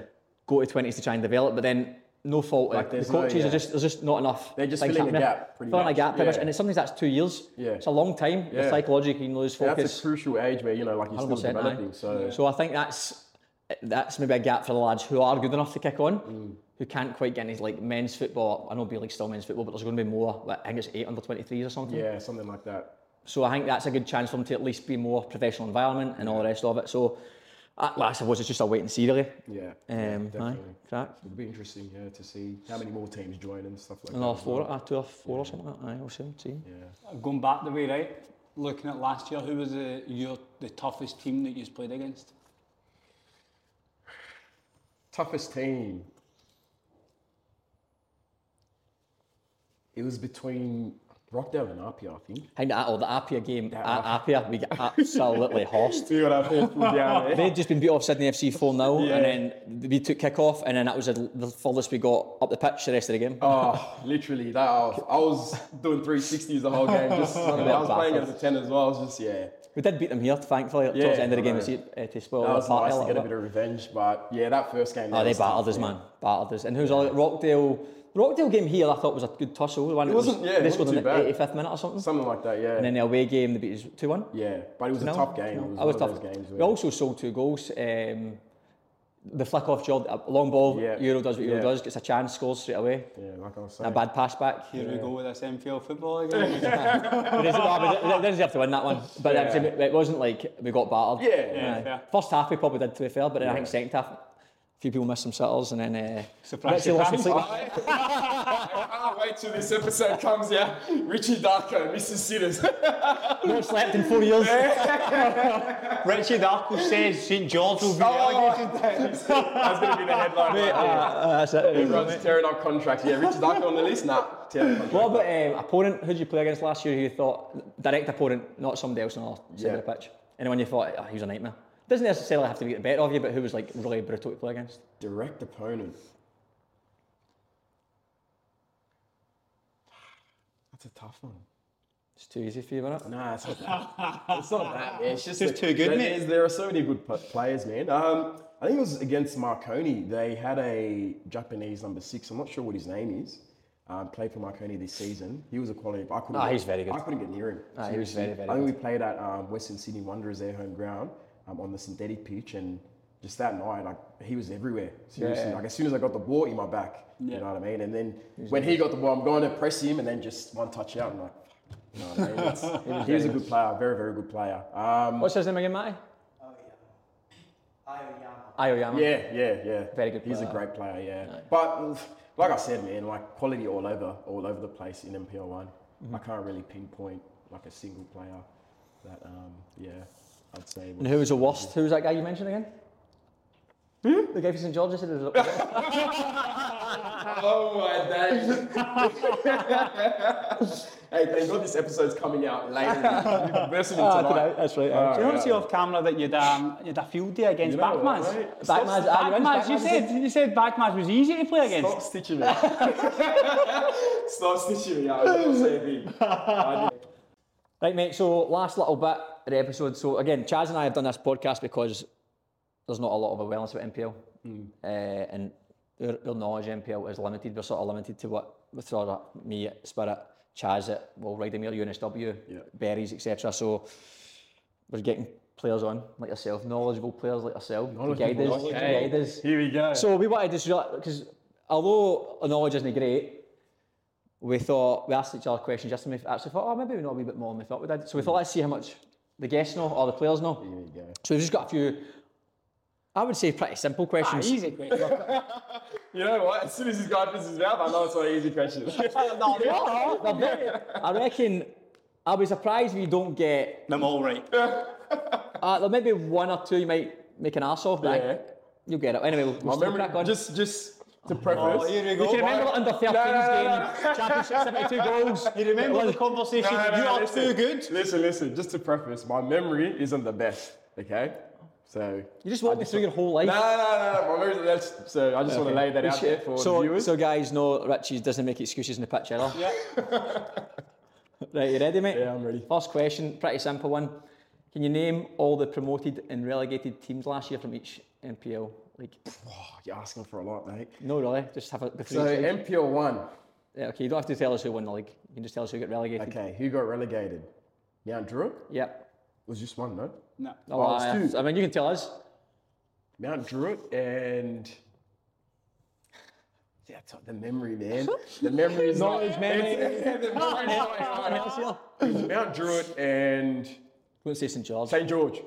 [SPEAKER 1] go to 20s to try and develop, but then no fault of
[SPEAKER 2] Like,
[SPEAKER 1] the
[SPEAKER 2] there's
[SPEAKER 1] coaches
[SPEAKER 2] no-
[SPEAKER 1] are
[SPEAKER 2] yeah.
[SPEAKER 1] just there's just not enough.
[SPEAKER 2] They're just
[SPEAKER 1] things
[SPEAKER 2] filling a
[SPEAKER 1] happening.
[SPEAKER 2] gap, pretty
[SPEAKER 1] filling
[SPEAKER 2] much.
[SPEAKER 1] a gap, pretty much,
[SPEAKER 2] Yeah.
[SPEAKER 1] and it's sometimes that's two years.
[SPEAKER 2] Yeah.
[SPEAKER 1] it's a long time.
[SPEAKER 2] Yeah.
[SPEAKER 1] Your psychology can lose
[SPEAKER 2] That's
[SPEAKER 1] focus.
[SPEAKER 2] a crucial age where you know, like you're still
[SPEAKER 1] 100%, aye.
[SPEAKER 2] developing. So
[SPEAKER 1] So I think that's that's maybe a gap for the lads who are good enough to kick on,
[SPEAKER 2] Mm.
[SPEAKER 1] who can't quite get into like men's football. I know B League's still men's football, but there's going to be more. Like, I think it's eight under 23s or something.
[SPEAKER 2] yeah, something like that.
[SPEAKER 1] So I think that's a good chance for them to at least be more professional environment and all the rest of it. So I, well, I suppose it's just a wait and see really.
[SPEAKER 2] Yeah. yeah,
[SPEAKER 1] Um, aye,
[SPEAKER 2] definitely.
[SPEAKER 1] crack.
[SPEAKER 2] It'll be interesting, yeah, to see how many more teams join and stuff like that.
[SPEAKER 1] Another
[SPEAKER 2] as
[SPEAKER 1] four,
[SPEAKER 2] well.
[SPEAKER 1] uh, two or four or something. like that. Aye, we'll see. see.
[SPEAKER 2] Yeah.
[SPEAKER 3] Going back the way, right? Looking at last year, who was the, your, the toughest team that you played against?
[SPEAKER 2] Toughest team. It was between Rockdale and Apia, I think.
[SPEAKER 1] I think that or the Apia game at Apia, we get absolutely horsed.
[SPEAKER 2] See what I down there.
[SPEAKER 1] They'd just been beat off Sydney FC 4 0,
[SPEAKER 2] Yeah.
[SPEAKER 1] and then we took kick off, and then that was the, the furthest we got up the pitch the rest of the game.
[SPEAKER 2] Oh, literally, that I was doing 360s the whole game. Just I was playing as a 10 as well. I was just, yeah.
[SPEAKER 1] We did beat them here, thankfully,
[SPEAKER 2] Yeah,
[SPEAKER 1] towards the end of the game
[SPEAKER 2] I
[SPEAKER 1] to, see, uh, to spoil
[SPEAKER 2] That
[SPEAKER 1] the
[SPEAKER 2] was
[SPEAKER 1] party
[SPEAKER 2] nice
[SPEAKER 1] a
[SPEAKER 2] to get
[SPEAKER 1] little
[SPEAKER 2] a bit
[SPEAKER 1] bit.
[SPEAKER 2] of revenge, but yeah, that first game.
[SPEAKER 1] Oh,
[SPEAKER 2] that
[SPEAKER 1] they
[SPEAKER 2] was tough,
[SPEAKER 1] battered us,
[SPEAKER 2] yeah.
[SPEAKER 1] man. Battered us. And who's all Rockdale? The Rockdale game here, I thought was a good tussle. The one
[SPEAKER 2] It
[SPEAKER 1] that was-
[SPEAKER 2] wasn't- yeah, it
[SPEAKER 1] they
[SPEAKER 2] wasn't
[SPEAKER 1] scored in
[SPEAKER 2] too
[SPEAKER 1] the
[SPEAKER 2] bad.
[SPEAKER 1] 85th minute or something.
[SPEAKER 2] Something like that, yeah.
[SPEAKER 1] And then the away game, they beat us 2 1.
[SPEAKER 2] yeah, but it was a tough game. It was,
[SPEAKER 1] That was
[SPEAKER 2] one
[SPEAKER 1] tough.
[SPEAKER 2] of those games
[SPEAKER 1] we
[SPEAKER 2] where-
[SPEAKER 1] also sold two goals. Um, the flick off job, a long ball,
[SPEAKER 2] Yeah.
[SPEAKER 1] Euro does what Euro
[SPEAKER 2] Yeah.
[SPEAKER 1] does, gets a chance, scores straight away.
[SPEAKER 2] yeah, like I was
[SPEAKER 1] A
[SPEAKER 2] saying.
[SPEAKER 1] bad pass back.
[SPEAKER 3] Here we go with this NPL football again.
[SPEAKER 1] But it's- no, I mean, they- they didn't have to win that one. But I'm
[SPEAKER 2] Yeah.
[SPEAKER 1] saying it- it wasn't like we got battered.
[SPEAKER 2] Yeah, yeah,
[SPEAKER 1] Aye.
[SPEAKER 3] fair.
[SPEAKER 1] First half we probably did to be fair, but then I think second half a few people missed some sitters and then uh,
[SPEAKER 3] Surprise,
[SPEAKER 1] Richie lost some
[SPEAKER 3] surprise.
[SPEAKER 1] sleep.
[SPEAKER 2] I can't wait till this episode comes out. Richie Darko, Mrs. Sitters.
[SPEAKER 1] Not slept in four years.
[SPEAKER 3] Richard Arkle says St George will be
[SPEAKER 5] Oh.
[SPEAKER 3] relegated.
[SPEAKER 2] that's going to be the headline.
[SPEAKER 1] Uh, uh, that's it.
[SPEAKER 2] Everyone's tearing up contracts. Yeah, Richie Darko on the list? Nah, tear up contract.
[SPEAKER 1] What about um, opponent? Who did you play against last year? Who you thought direct opponent, not somebody else on the side of the
[SPEAKER 2] Yeah.
[SPEAKER 1] pitch? Anyone you thought oh, he was a nightmare? Doesn't necessarily have to be the better of you, but who was like really brutal to play against?
[SPEAKER 2] Direct opponent. That's a tough one.
[SPEAKER 1] It's too easy for you, isn't it?
[SPEAKER 2] Nah, it's not that. it's not that. Man. It's just
[SPEAKER 3] It's
[SPEAKER 2] that
[SPEAKER 3] too good,
[SPEAKER 2] there,
[SPEAKER 3] mate.
[SPEAKER 2] is- There are so many good p- players, man. Um, I think it was against Marconi. They had a Japanese number six. I'm not sure what his name is. Um, played for Marconi this season. He was a quality. I couldn't.
[SPEAKER 1] Ah,
[SPEAKER 2] get-
[SPEAKER 1] he's very good.
[SPEAKER 2] I couldn't get near him.
[SPEAKER 1] Ah, he was
[SPEAKER 2] seriously.
[SPEAKER 1] very, very
[SPEAKER 2] I think we played at um, Western Sydney Wanderers, their home ground, um, on the synthetic pitch, and just that night, like he was everywhere. Seriously, like as soon as I got the ball in my back, you know what I mean. And then when he got the ball, I'm going to press him, and then just one touch out, and like. You know what I mean? It's- he was a good player, very, very good player. Um,
[SPEAKER 1] What's his name again, Matty?
[SPEAKER 2] Oh,
[SPEAKER 1] Ayoyama.
[SPEAKER 2] yeah, yeah, yeah.
[SPEAKER 1] Very good
[SPEAKER 2] He's a
[SPEAKER 1] player.
[SPEAKER 2] great player, yeah. But like I said, man, like quality all over, all over the place in MPL one.
[SPEAKER 1] Mm-hmm.
[SPEAKER 2] I can't really pinpoint like a single player that, um, yeah, I'd say.
[SPEAKER 1] And who was the worst? Who was that guy you mentioned again? The guy from St George's said it was a-
[SPEAKER 2] Oh my days! hey, thank God this episode's coming out later. You're versing
[SPEAKER 1] Ah,
[SPEAKER 2] tonight.
[SPEAKER 1] tonight, That's right. aye.
[SPEAKER 3] Do you
[SPEAKER 2] Alright,
[SPEAKER 3] not see
[SPEAKER 2] alright.
[SPEAKER 3] off camera that you'd um, you'd a field day against
[SPEAKER 2] You know what,
[SPEAKER 3] Backmans?
[SPEAKER 2] mate? Stop-
[SPEAKER 1] Backman's aye, you went
[SPEAKER 3] Backmans, you
[SPEAKER 1] Backman's.
[SPEAKER 3] said you said Backmans was easy to play against.
[SPEAKER 2] Stop stitching me. Stop stitching me. I was not saying.
[SPEAKER 1] Right, mate. So last little bit of the episode. So again, Chaz and I have done this podcast because there's not a lot of awareness about MPL, uh, and our, our knowledge of MPL is limited. We're sort of limited to what with sort of me, Spirit, Chaz, at well, Rydamere, UNSW,
[SPEAKER 6] Yeah.
[SPEAKER 1] Berries, etc. So we're getting players on like yourself, knowledgeable players like yourself, to guide us, to
[SPEAKER 2] okay.
[SPEAKER 1] guide us.
[SPEAKER 2] Here we go.
[SPEAKER 1] So we wanted to just because although our knowledge isn't great, we thought we asked each other questions just to make actually thought, oh maybe we know a wee bit more than we thought we did. So we thought let's see how much the guests know or the players know. So we've just got a few I would say pretty simple questions.
[SPEAKER 2] Ah,
[SPEAKER 5] Easy question.
[SPEAKER 2] you know what? As soon as he's got this his mouth, I know it's not an easy question.
[SPEAKER 1] No, no, they're very- I reckon I'll be surprised if you don't get
[SPEAKER 5] I'm all right.
[SPEAKER 1] uh, there may be one or two you might make an ass off, but
[SPEAKER 2] Yeah.
[SPEAKER 1] you'll get it. Anyway, we'll, we'll
[SPEAKER 2] My
[SPEAKER 1] still
[SPEAKER 2] memory,
[SPEAKER 1] crack on.
[SPEAKER 2] just, just to preface. here we
[SPEAKER 1] you can remember the under 13s
[SPEAKER 2] No, no, no, no.
[SPEAKER 1] game, championship 72 goals. You
[SPEAKER 5] Remember the conversation?
[SPEAKER 2] No, no,
[SPEAKER 5] you
[SPEAKER 2] no,
[SPEAKER 5] are
[SPEAKER 2] listen.
[SPEAKER 5] too good.
[SPEAKER 2] Listen, listen, just to preface, my memory isn't the best, okay? So.
[SPEAKER 1] You just walked me through your whole life.
[SPEAKER 2] No, no, no, no, my memory's the best. So I just want to lay that out there for
[SPEAKER 1] so,
[SPEAKER 2] the viewers.
[SPEAKER 1] so guys, no, Richie doesn't make excuses in the pitch either. right, you ready, mate?
[SPEAKER 2] Yeah, I'm ready.
[SPEAKER 1] First question, pretty simple one. Can you name all the promoted and relegated teams last year from each NPL league?
[SPEAKER 2] Oh, you're asking for a lot, mate.
[SPEAKER 1] No, really. Just have a. the three
[SPEAKER 2] So
[SPEAKER 1] each league.
[SPEAKER 2] MPL one.
[SPEAKER 1] yeah, okay, you don't have to tell us who won the league. You can just tell us who got relegated.
[SPEAKER 2] Okay, who got relegated? Now Druid
[SPEAKER 1] Yep.
[SPEAKER 2] was just one, no?
[SPEAKER 5] No.
[SPEAKER 1] Oh,
[SPEAKER 2] Oh, it's
[SPEAKER 1] I-
[SPEAKER 2] two.
[SPEAKER 1] I mean, you can tell us.
[SPEAKER 2] Mount Druitt and yeah, it's not the memory, man. The memory is not
[SPEAKER 1] Knowledge, memory.
[SPEAKER 2] It's- the memory is not- it's Mount Druitt and
[SPEAKER 1] Wouldn't say St George.
[SPEAKER 2] St George.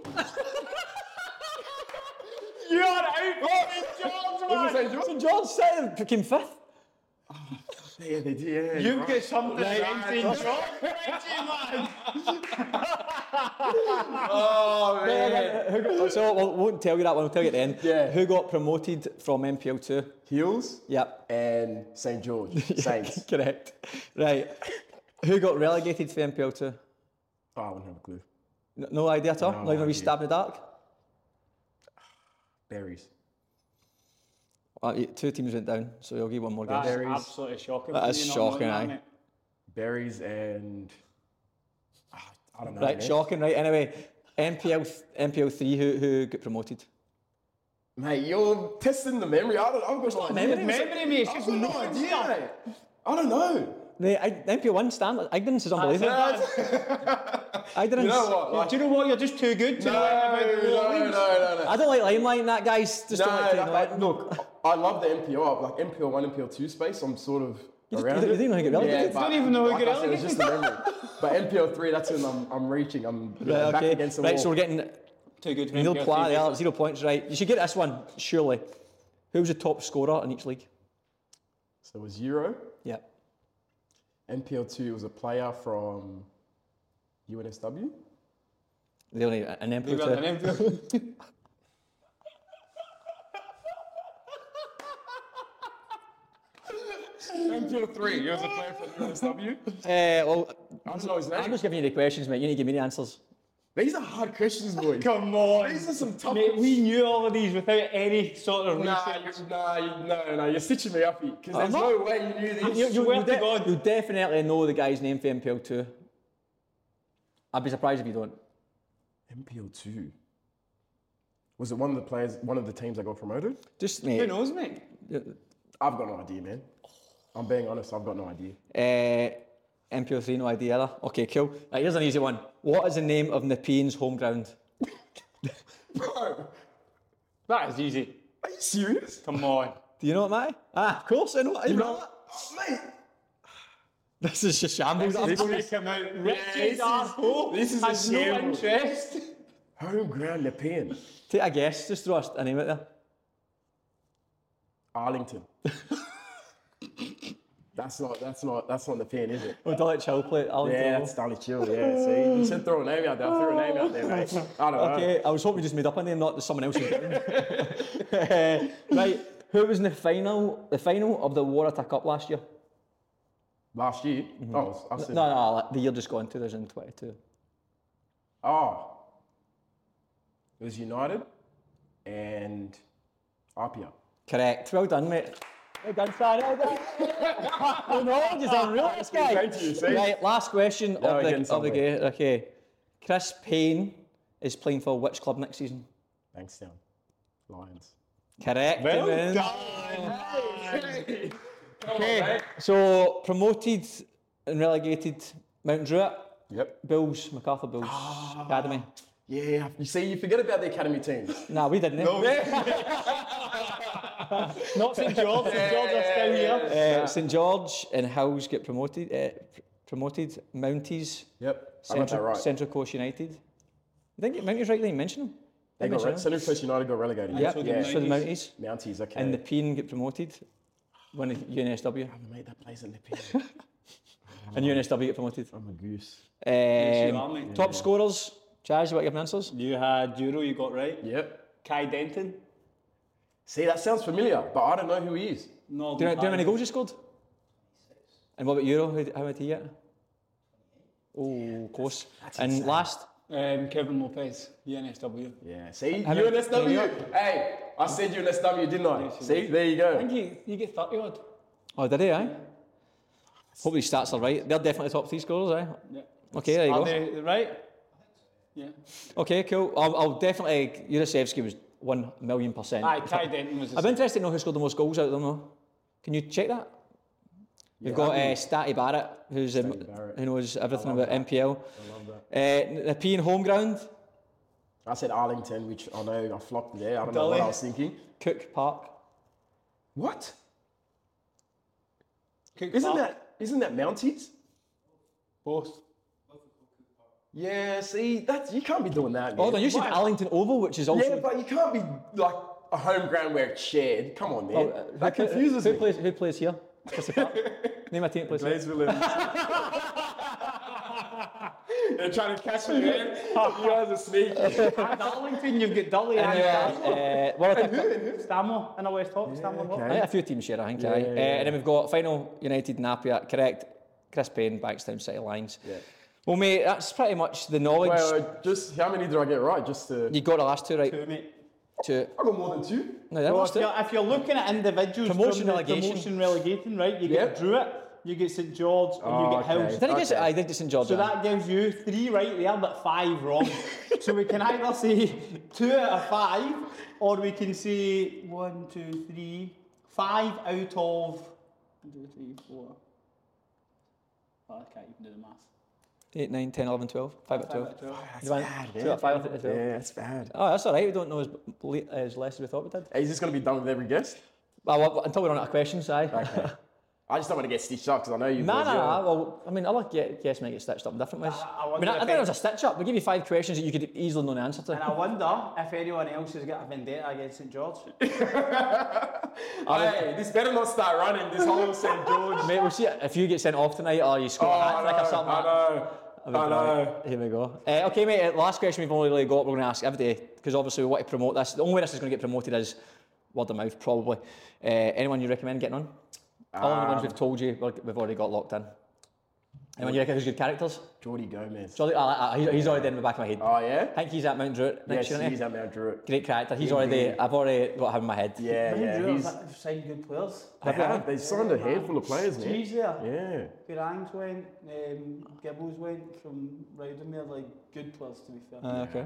[SPEAKER 2] you are eight points, St George.
[SPEAKER 1] St George said came fifth.
[SPEAKER 2] Yeah, they did. Yeah,
[SPEAKER 5] You
[SPEAKER 2] right.
[SPEAKER 5] get something
[SPEAKER 2] Right.
[SPEAKER 5] against St.
[SPEAKER 2] Oh man.
[SPEAKER 1] Who got- so we'll- we won't tell you that one. We'll tell you at the end.
[SPEAKER 2] Yeah.
[SPEAKER 1] Who got promoted from MPL two?
[SPEAKER 2] Heels
[SPEAKER 1] Yep.
[SPEAKER 2] and St George. Saints.
[SPEAKER 1] Correct. Right. Who got relegated to MPL two?
[SPEAKER 2] oh, I wouldn't have a clue.
[SPEAKER 1] No, no idea at all.
[SPEAKER 2] No
[SPEAKER 1] Not even a wee
[SPEAKER 2] idea.
[SPEAKER 1] stab in the dark.
[SPEAKER 2] Berries.
[SPEAKER 1] Uh, yeah, two teams went down, so you'll give one more guess.
[SPEAKER 5] That's
[SPEAKER 2] Berries.
[SPEAKER 5] absolutely shocking.
[SPEAKER 1] That
[SPEAKER 5] for
[SPEAKER 1] is
[SPEAKER 5] you not knowing
[SPEAKER 1] shocking,
[SPEAKER 5] that,
[SPEAKER 1] aye.
[SPEAKER 5] mate.
[SPEAKER 2] Berries and Ah, I don't know.
[SPEAKER 1] Right,
[SPEAKER 2] man.
[SPEAKER 1] shocking. Right. Anyway, MPL th- MPL three. Who who got promoted?
[SPEAKER 2] Mate, you're testing the memory. I don't, I've got no idea.
[SPEAKER 5] Memory, mate, it's
[SPEAKER 2] I've
[SPEAKER 5] just
[SPEAKER 2] got no
[SPEAKER 5] knowing
[SPEAKER 2] idea.
[SPEAKER 5] stuff.
[SPEAKER 2] mate. I don't know.
[SPEAKER 1] The I, MPL one Stanley. Ignorance is unbelievable. Ignorance.
[SPEAKER 2] You know what? Like,
[SPEAKER 5] Do you know what? You're just too good to
[SPEAKER 2] no,
[SPEAKER 5] know anything about the real
[SPEAKER 2] no, no,
[SPEAKER 5] leagues.
[SPEAKER 2] no, no.
[SPEAKER 1] I don't like limelight. and That guys just don't like to
[SPEAKER 2] No,
[SPEAKER 1] know
[SPEAKER 2] like,
[SPEAKER 1] it.
[SPEAKER 2] look, I love the MPL, like MPL one, MPL two space. I'm sort of
[SPEAKER 1] You just-
[SPEAKER 2] around.
[SPEAKER 1] you don't- you don't even get
[SPEAKER 2] it.
[SPEAKER 1] relegated.
[SPEAKER 2] but
[SPEAKER 5] You don't even know who
[SPEAKER 2] like
[SPEAKER 5] get
[SPEAKER 2] I said, It's just the memory. But MPL three, that's when I'm, I'm reaching. I'm
[SPEAKER 1] Right,
[SPEAKER 2] back
[SPEAKER 1] okay.
[SPEAKER 2] against the
[SPEAKER 1] right,
[SPEAKER 2] wall.
[SPEAKER 1] so we're getting
[SPEAKER 5] Too good.
[SPEAKER 1] nil
[SPEAKER 5] for
[SPEAKER 1] pla-
[SPEAKER 5] MPL
[SPEAKER 1] yeah, zero points. Right, you should get this one surely. Who was the top scorer in each league?
[SPEAKER 2] So it was Euro.
[SPEAKER 1] Yeah.
[SPEAKER 2] MPL two was a player from UNSW.
[SPEAKER 1] The only an MPL two.
[SPEAKER 5] team. They were an MPL.
[SPEAKER 2] MPL three. He was a player from UNSW.
[SPEAKER 1] Eh, well,
[SPEAKER 2] I don't know his
[SPEAKER 1] I'm
[SPEAKER 2] name.
[SPEAKER 1] just giving you the questions, mate. You need to give me the answers.
[SPEAKER 2] These are hard questions, boys.
[SPEAKER 5] Come on.
[SPEAKER 2] These are some tough.
[SPEAKER 5] Mate, we knew all of these without any sort of
[SPEAKER 2] Nah,
[SPEAKER 5] research.
[SPEAKER 2] you- nah, you- no, no, you're stitching me up here because there's
[SPEAKER 1] not-
[SPEAKER 2] no way you knew these.
[SPEAKER 1] You, you,
[SPEAKER 5] swear
[SPEAKER 1] you,
[SPEAKER 5] to
[SPEAKER 1] de-
[SPEAKER 5] God.
[SPEAKER 1] you definitely know the guy's name for MPL two. I'd be surprised if you don't.
[SPEAKER 2] MPL two. Was it one of the players, one of the teams that got promoted?
[SPEAKER 1] Just
[SPEAKER 5] Who
[SPEAKER 1] mate.
[SPEAKER 5] knows, mate?
[SPEAKER 2] I've got no idea, man. I'm being honest. I've got no idea.
[SPEAKER 1] Eh, MPL three, no idea either. Okay, cool. Right, here's an easy one. What is the name of Nepean's home ground?
[SPEAKER 2] Bro, are
[SPEAKER 5] That is easy.
[SPEAKER 2] you serious?
[SPEAKER 5] Come on.
[SPEAKER 1] Do you know it, Matty? Ah, of course I know. it. You know
[SPEAKER 2] Oh, mate.
[SPEAKER 1] it. This is just shambles. I'm-
[SPEAKER 5] This is come out. Richie's
[SPEAKER 2] this is-
[SPEAKER 5] arsehole
[SPEAKER 2] this is a
[SPEAKER 5] has no
[SPEAKER 2] shamble.
[SPEAKER 5] interest.
[SPEAKER 2] Home ground, the pen.
[SPEAKER 1] Take a guess. Just throw a a name out there.
[SPEAKER 2] Arlington. that's not. That's not. That's not the pen, is it?
[SPEAKER 1] We'll do it. Chill play. I'll
[SPEAKER 2] Yeah, it's Stanley Chill. Yeah. See, you said throw a name out there. I threw a name out there, mate. I don't know.
[SPEAKER 1] Okay, I was hoping you just made up a name, not that someone else has done. Eh, right, who was in the final, the final of the Waratah Cup last year?
[SPEAKER 2] Last year. Oh, I said.
[SPEAKER 1] Mm-hmm. No, no, like, the year just gone, 2022.
[SPEAKER 2] Oh. It was United and RPR.
[SPEAKER 1] Correct. Well done, mate. Well done, Sam. Well done. Well, no, he's a realist guy.
[SPEAKER 2] Thank you, see?
[SPEAKER 1] Right, last question
[SPEAKER 2] Now we're
[SPEAKER 1] of,
[SPEAKER 2] getting
[SPEAKER 1] the, of the
[SPEAKER 2] somewhere.
[SPEAKER 1] game. Okay. Chris Payne is playing for which club next season?
[SPEAKER 2] Bankstown. Lions.
[SPEAKER 1] Correct. Evan. Okay. So promoted and relegated Mountain Druitt,
[SPEAKER 2] Yep.
[SPEAKER 1] Bills, MacArthur Bills Academy.
[SPEAKER 2] Yeah. You see, you forget about the academy teams.
[SPEAKER 1] Nah, we didn't. eh? No.
[SPEAKER 5] Not St George. St George are still here.
[SPEAKER 1] Uh, St George and Hills get promoted. Uh, pr- promoted. Mounties.
[SPEAKER 2] Yep. I got that
[SPEAKER 1] Central,
[SPEAKER 2] right.
[SPEAKER 1] Central Coast United. I think Mounties right. They mention them.
[SPEAKER 2] they got
[SPEAKER 1] mention
[SPEAKER 2] re- Central Coast United got relegated.
[SPEAKER 1] Yep.
[SPEAKER 5] So the
[SPEAKER 1] Yeah. So the Mounties
[SPEAKER 5] Mounties.
[SPEAKER 2] Mounties. Okay.
[SPEAKER 1] and the Peen get promoted. When UNSW
[SPEAKER 2] mate, that plays in the pin.
[SPEAKER 1] and UNSW get promoted.
[SPEAKER 2] I'm a goose.
[SPEAKER 5] Yes,
[SPEAKER 1] Um,
[SPEAKER 5] you are, mate.
[SPEAKER 1] top scorers. Chaz, you want to give them answers?
[SPEAKER 5] You had Euro, you got right.
[SPEAKER 2] Yep.
[SPEAKER 5] Kai Denton.
[SPEAKER 2] See, that sounds familiar, but I don't know who he is.
[SPEAKER 5] No,
[SPEAKER 1] Do you know do you know how many goals you scored? And what about Euro? How, how many did he get? Oh, close. and last,
[SPEAKER 5] Um, Kevin Lopez, UNSW.
[SPEAKER 2] Yeah. See,
[SPEAKER 1] I mean,
[SPEAKER 2] UNSW. Hey, I said UNSW, didn't I? See, there you
[SPEAKER 5] I
[SPEAKER 2] go.
[SPEAKER 5] think you, you get 30 odd.
[SPEAKER 1] oh, did he? Aye. Hope his stats are right. They're definitely top three scorers, aye.
[SPEAKER 5] Yeah.
[SPEAKER 1] Okay, there you
[SPEAKER 5] Are
[SPEAKER 1] go.
[SPEAKER 5] they right? Yeah.
[SPEAKER 1] Okay, cool. I'll, I'll definitely. Yurosevsky was one million percent.
[SPEAKER 5] Aye, Kai Denton was the
[SPEAKER 1] I'd be interested to know who scored the most goals out of them, though. Can you check that? We've got uh, Statty Barrett, who's um,
[SPEAKER 2] Barrett.
[SPEAKER 1] who knows everything about MPL. I love that. Uh, the P in home ground,
[SPEAKER 2] I said Arlington, which I know I flopped there. I don't know what
[SPEAKER 5] Dully.
[SPEAKER 2] I was thinking.
[SPEAKER 1] Cook Park.
[SPEAKER 2] What?
[SPEAKER 5] Cook
[SPEAKER 2] Isn't
[SPEAKER 5] Park.
[SPEAKER 2] that isn't that Mounties?
[SPEAKER 5] both?
[SPEAKER 2] Yeah. See, that's you can't be doing that.
[SPEAKER 1] Oh,
[SPEAKER 2] man.
[SPEAKER 1] then you said
[SPEAKER 2] Why-
[SPEAKER 1] Allington Oval, which is also.
[SPEAKER 2] Yeah, but you can't be like a home ground where it's shared. Come on, man.
[SPEAKER 1] Oh, uh,
[SPEAKER 2] that
[SPEAKER 1] who-
[SPEAKER 2] confuses
[SPEAKER 1] who
[SPEAKER 2] me.
[SPEAKER 1] Plays, who plays here? Crystal Park. Name a team that plays here.
[SPEAKER 2] They're trying to catch me, man. you guys are sneaky.
[SPEAKER 5] At Darlington, you've got Dully and Stammer.
[SPEAKER 1] Anyway, uh, World Cup-
[SPEAKER 5] Stammer in a West Hop. Stammer. what?
[SPEAKER 1] I think a few teams share, I think. aye.
[SPEAKER 2] yeah,
[SPEAKER 1] Uh,
[SPEAKER 2] yeah.
[SPEAKER 1] and then we've got final United Napier, correct? Chris Payne, Bankstown City Lions. Well, mate, that's pretty much the knowledge.
[SPEAKER 2] Wait, wait, uh, just how many did I get right? Just uh,
[SPEAKER 1] you got the last two right.
[SPEAKER 5] Two, mate.
[SPEAKER 1] Two.
[SPEAKER 2] I got more than two.
[SPEAKER 1] No, that
[SPEAKER 5] Well,
[SPEAKER 1] was
[SPEAKER 5] if, you're, if you're looking at individuals, from
[SPEAKER 1] Promotion
[SPEAKER 5] the
[SPEAKER 1] relegation.
[SPEAKER 5] promotion relegating, right? You
[SPEAKER 2] Yep.
[SPEAKER 5] get Druitt, you get St George, and
[SPEAKER 2] Oh,
[SPEAKER 5] you get Hills.
[SPEAKER 2] okay.
[SPEAKER 1] Did I get it? I did get St George.
[SPEAKER 5] So
[SPEAKER 1] aye.
[SPEAKER 5] that gives you three right there, but five wrong. so we can either say two out of five, or we can say one, two, three, five out of one, two, three, four. Oh, I can't even do the math.
[SPEAKER 1] 8, 9, 10, 11, 12. 5 at 12.
[SPEAKER 2] That's
[SPEAKER 1] You want two
[SPEAKER 5] eh?
[SPEAKER 1] out of five at 12.
[SPEAKER 2] Yeah, that's bad.
[SPEAKER 1] Oh, that's all right. We don't know as, le- as less as we thought we did.
[SPEAKER 2] Hey, is this gonna be done with every guest?
[SPEAKER 1] Well, well, until we run out of questions, aye.
[SPEAKER 2] I just don't want to get stitched up because I know you.
[SPEAKER 1] No,
[SPEAKER 2] boys,
[SPEAKER 1] no,
[SPEAKER 2] you're-
[SPEAKER 1] no. Well, I mean, other gue- guests might get stitched up in different ways.
[SPEAKER 5] I- I
[SPEAKER 1] I, mean,
[SPEAKER 5] wonder
[SPEAKER 1] I, I
[SPEAKER 5] if
[SPEAKER 1] think
[SPEAKER 5] it-
[SPEAKER 1] there was a stitch up. We give you five questions that you could easily know the answer
[SPEAKER 5] And
[SPEAKER 1] to.
[SPEAKER 5] I wonder if anyone else has got a vendetta against St George.
[SPEAKER 2] Hey, this better not start running. This whole St George.
[SPEAKER 1] Mate, we'll see if you get sent off tonight or you score
[SPEAKER 2] Oh,
[SPEAKER 1] a hat
[SPEAKER 2] I know,
[SPEAKER 1] trick or something.
[SPEAKER 2] I know. I
[SPEAKER 1] We'll be
[SPEAKER 2] know.
[SPEAKER 1] right. Here we go. Uh, okay, mate. uh, Last question we've only really got. We're going to ask every day because obviously we want to promote this. The only way this is going to get promoted is word of mouth, probably. Uh, anyone you recommend getting on? All the ones
[SPEAKER 2] Um,
[SPEAKER 1] we've told you, we're- we've already got locked in. Anyone you reckon who's good characters?
[SPEAKER 2] Jordy Gomez.
[SPEAKER 1] Jolly, uh, uh, he's, he's already in the back of my head.
[SPEAKER 2] Oh yeah.
[SPEAKER 1] I think he's at Mount Druitt next
[SPEAKER 2] Yes,
[SPEAKER 1] year, isn't he?
[SPEAKER 2] he's at Mount Druitt.
[SPEAKER 1] Great character. He's already. I've already got him in my head.
[SPEAKER 2] Yeah, yeah. He's,
[SPEAKER 5] They've signed good players.
[SPEAKER 2] they have. They signed a handful of players, man.
[SPEAKER 5] Jeez, yeah.
[SPEAKER 2] Yeah.
[SPEAKER 5] Grangs went, um, Gibbles went from Rowdenmere, like good players to be fair.
[SPEAKER 1] Uh, okay.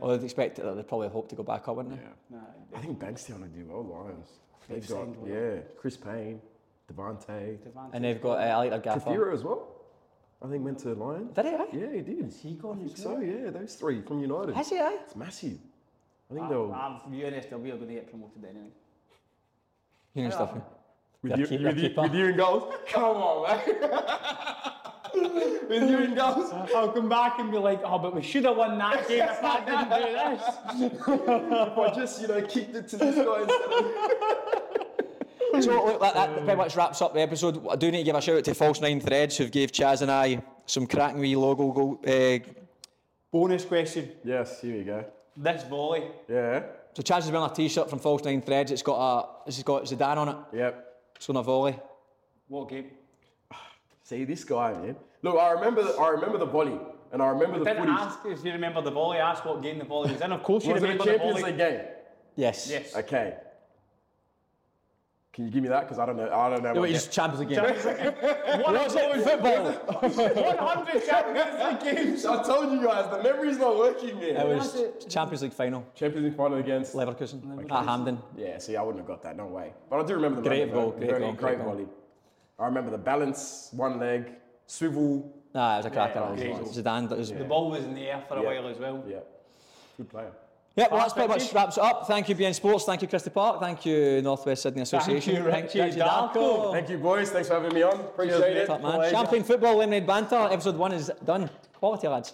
[SPEAKER 1] Well, they'd expect that they'd probably hope to go back up, wouldn't they?
[SPEAKER 5] Nah,
[SPEAKER 2] I think Bankstown would do well, Lions. They've
[SPEAKER 5] They've
[SPEAKER 2] got,
[SPEAKER 5] signed well.
[SPEAKER 2] yeah, Chris Payne, Devante,
[SPEAKER 5] Devante.
[SPEAKER 1] And they've got uh, I like their gaffer.
[SPEAKER 2] Kafira as well. I think went to Lions.
[SPEAKER 1] Did he? Aye?
[SPEAKER 2] Yeah, he did.
[SPEAKER 5] Is he gone as
[SPEAKER 2] So
[SPEAKER 5] well?
[SPEAKER 2] yeah, those three from United.
[SPEAKER 1] Has he? Aye.
[SPEAKER 2] It's massive. I think
[SPEAKER 5] I'm,
[SPEAKER 2] they'll.
[SPEAKER 5] I'm, UNSW are going to get promoted anyway.
[SPEAKER 1] You know stuff.
[SPEAKER 2] with,
[SPEAKER 1] Their keep- their
[SPEAKER 2] with, you,
[SPEAKER 1] keeper.
[SPEAKER 2] with you in goals. Come on, man. with you in goals.
[SPEAKER 5] I'll come back and be like, oh, but we should have won that game if I didn't do this.
[SPEAKER 2] If I just you know kicked it to this guy instead of
[SPEAKER 1] So look, that, that pretty much wraps up the episode. I do need to give a shout out to False Nine Threads who've gave Chaz and I some cracking wee logo go, uh,
[SPEAKER 5] Bonus question.
[SPEAKER 2] Yes, here we go.
[SPEAKER 5] This volley.
[SPEAKER 2] Yeah.
[SPEAKER 1] So Chaz has wearing a T-shirt from False Nine Threads. It's got a it's got Zidane on it.
[SPEAKER 2] Yep.
[SPEAKER 1] It's on a volley.
[SPEAKER 5] What game?
[SPEAKER 2] See this guy, man. Look, I remember. The, I remember the volley, and I remember the
[SPEAKER 5] Didn't
[SPEAKER 2] footage.
[SPEAKER 5] ask if you remember the volley. Asked what game the volley was in. Of course you
[SPEAKER 2] Was it a
[SPEAKER 5] remember the
[SPEAKER 2] Champions
[SPEAKER 5] volley.
[SPEAKER 2] League game?
[SPEAKER 1] Yes.
[SPEAKER 5] Yes.
[SPEAKER 2] Okay. Can you give me that? Because I don't know. I don't know.
[SPEAKER 1] No,
[SPEAKER 2] what
[SPEAKER 1] wait,
[SPEAKER 2] that-
[SPEAKER 1] just Champions League game.
[SPEAKER 5] What's it in football? 100 Champions League games.
[SPEAKER 2] I told you guys the memory's not working
[SPEAKER 1] It
[SPEAKER 2] here.
[SPEAKER 1] was Champions League final,
[SPEAKER 2] Champions League final against.
[SPEAKER 1] Leverkusen, at Hampden.
[SPEAKER 2] Yeah, see, I wouldn't have got that. No way. But I do remember the
[SPEAKER 1] Great
[SPEAKER 2] moment,
[SPEAKER 1] goal,
[SPEAKER 2] though.
[SPEAKER 1] great
[SPEAKER 2] Very
[SPEAKER 1] goal,
[SPEAKER 2] great
[SPEAKER 1] great goal.
[SPEAKER 2] volley. I remember the balance, one leg, swivel.
[SPEAKER 1] Nah, it was a cracker.
[SPEAKER 2] Yeah,
[SPEAKER 1] Yeah,
[SPEAKER 2] yeah.
[SPEAKER 1] Zidane. That was,
[SPEAKER 5] The ball was in the air for a while as well.
[SPEAKER 2] Yeah, good player.
[SPEAKER 1] Yeah, well, that's pretty
[SPEAKER 5] Richie.
[SPEAKER 1] much wraps it up. Thank you, BN Sports. Thank you, Christy Park. Thank you, Northwest Sydney Association.
[SPEAKER 5] you, Richie Darko.
[SPEAKER 2] Thank you, boys. Thanks for having me on. Appreciate it.
[SPEAKER 1] Top man. Champagne football, lemonade banter. Episode one is done. Quality, lads.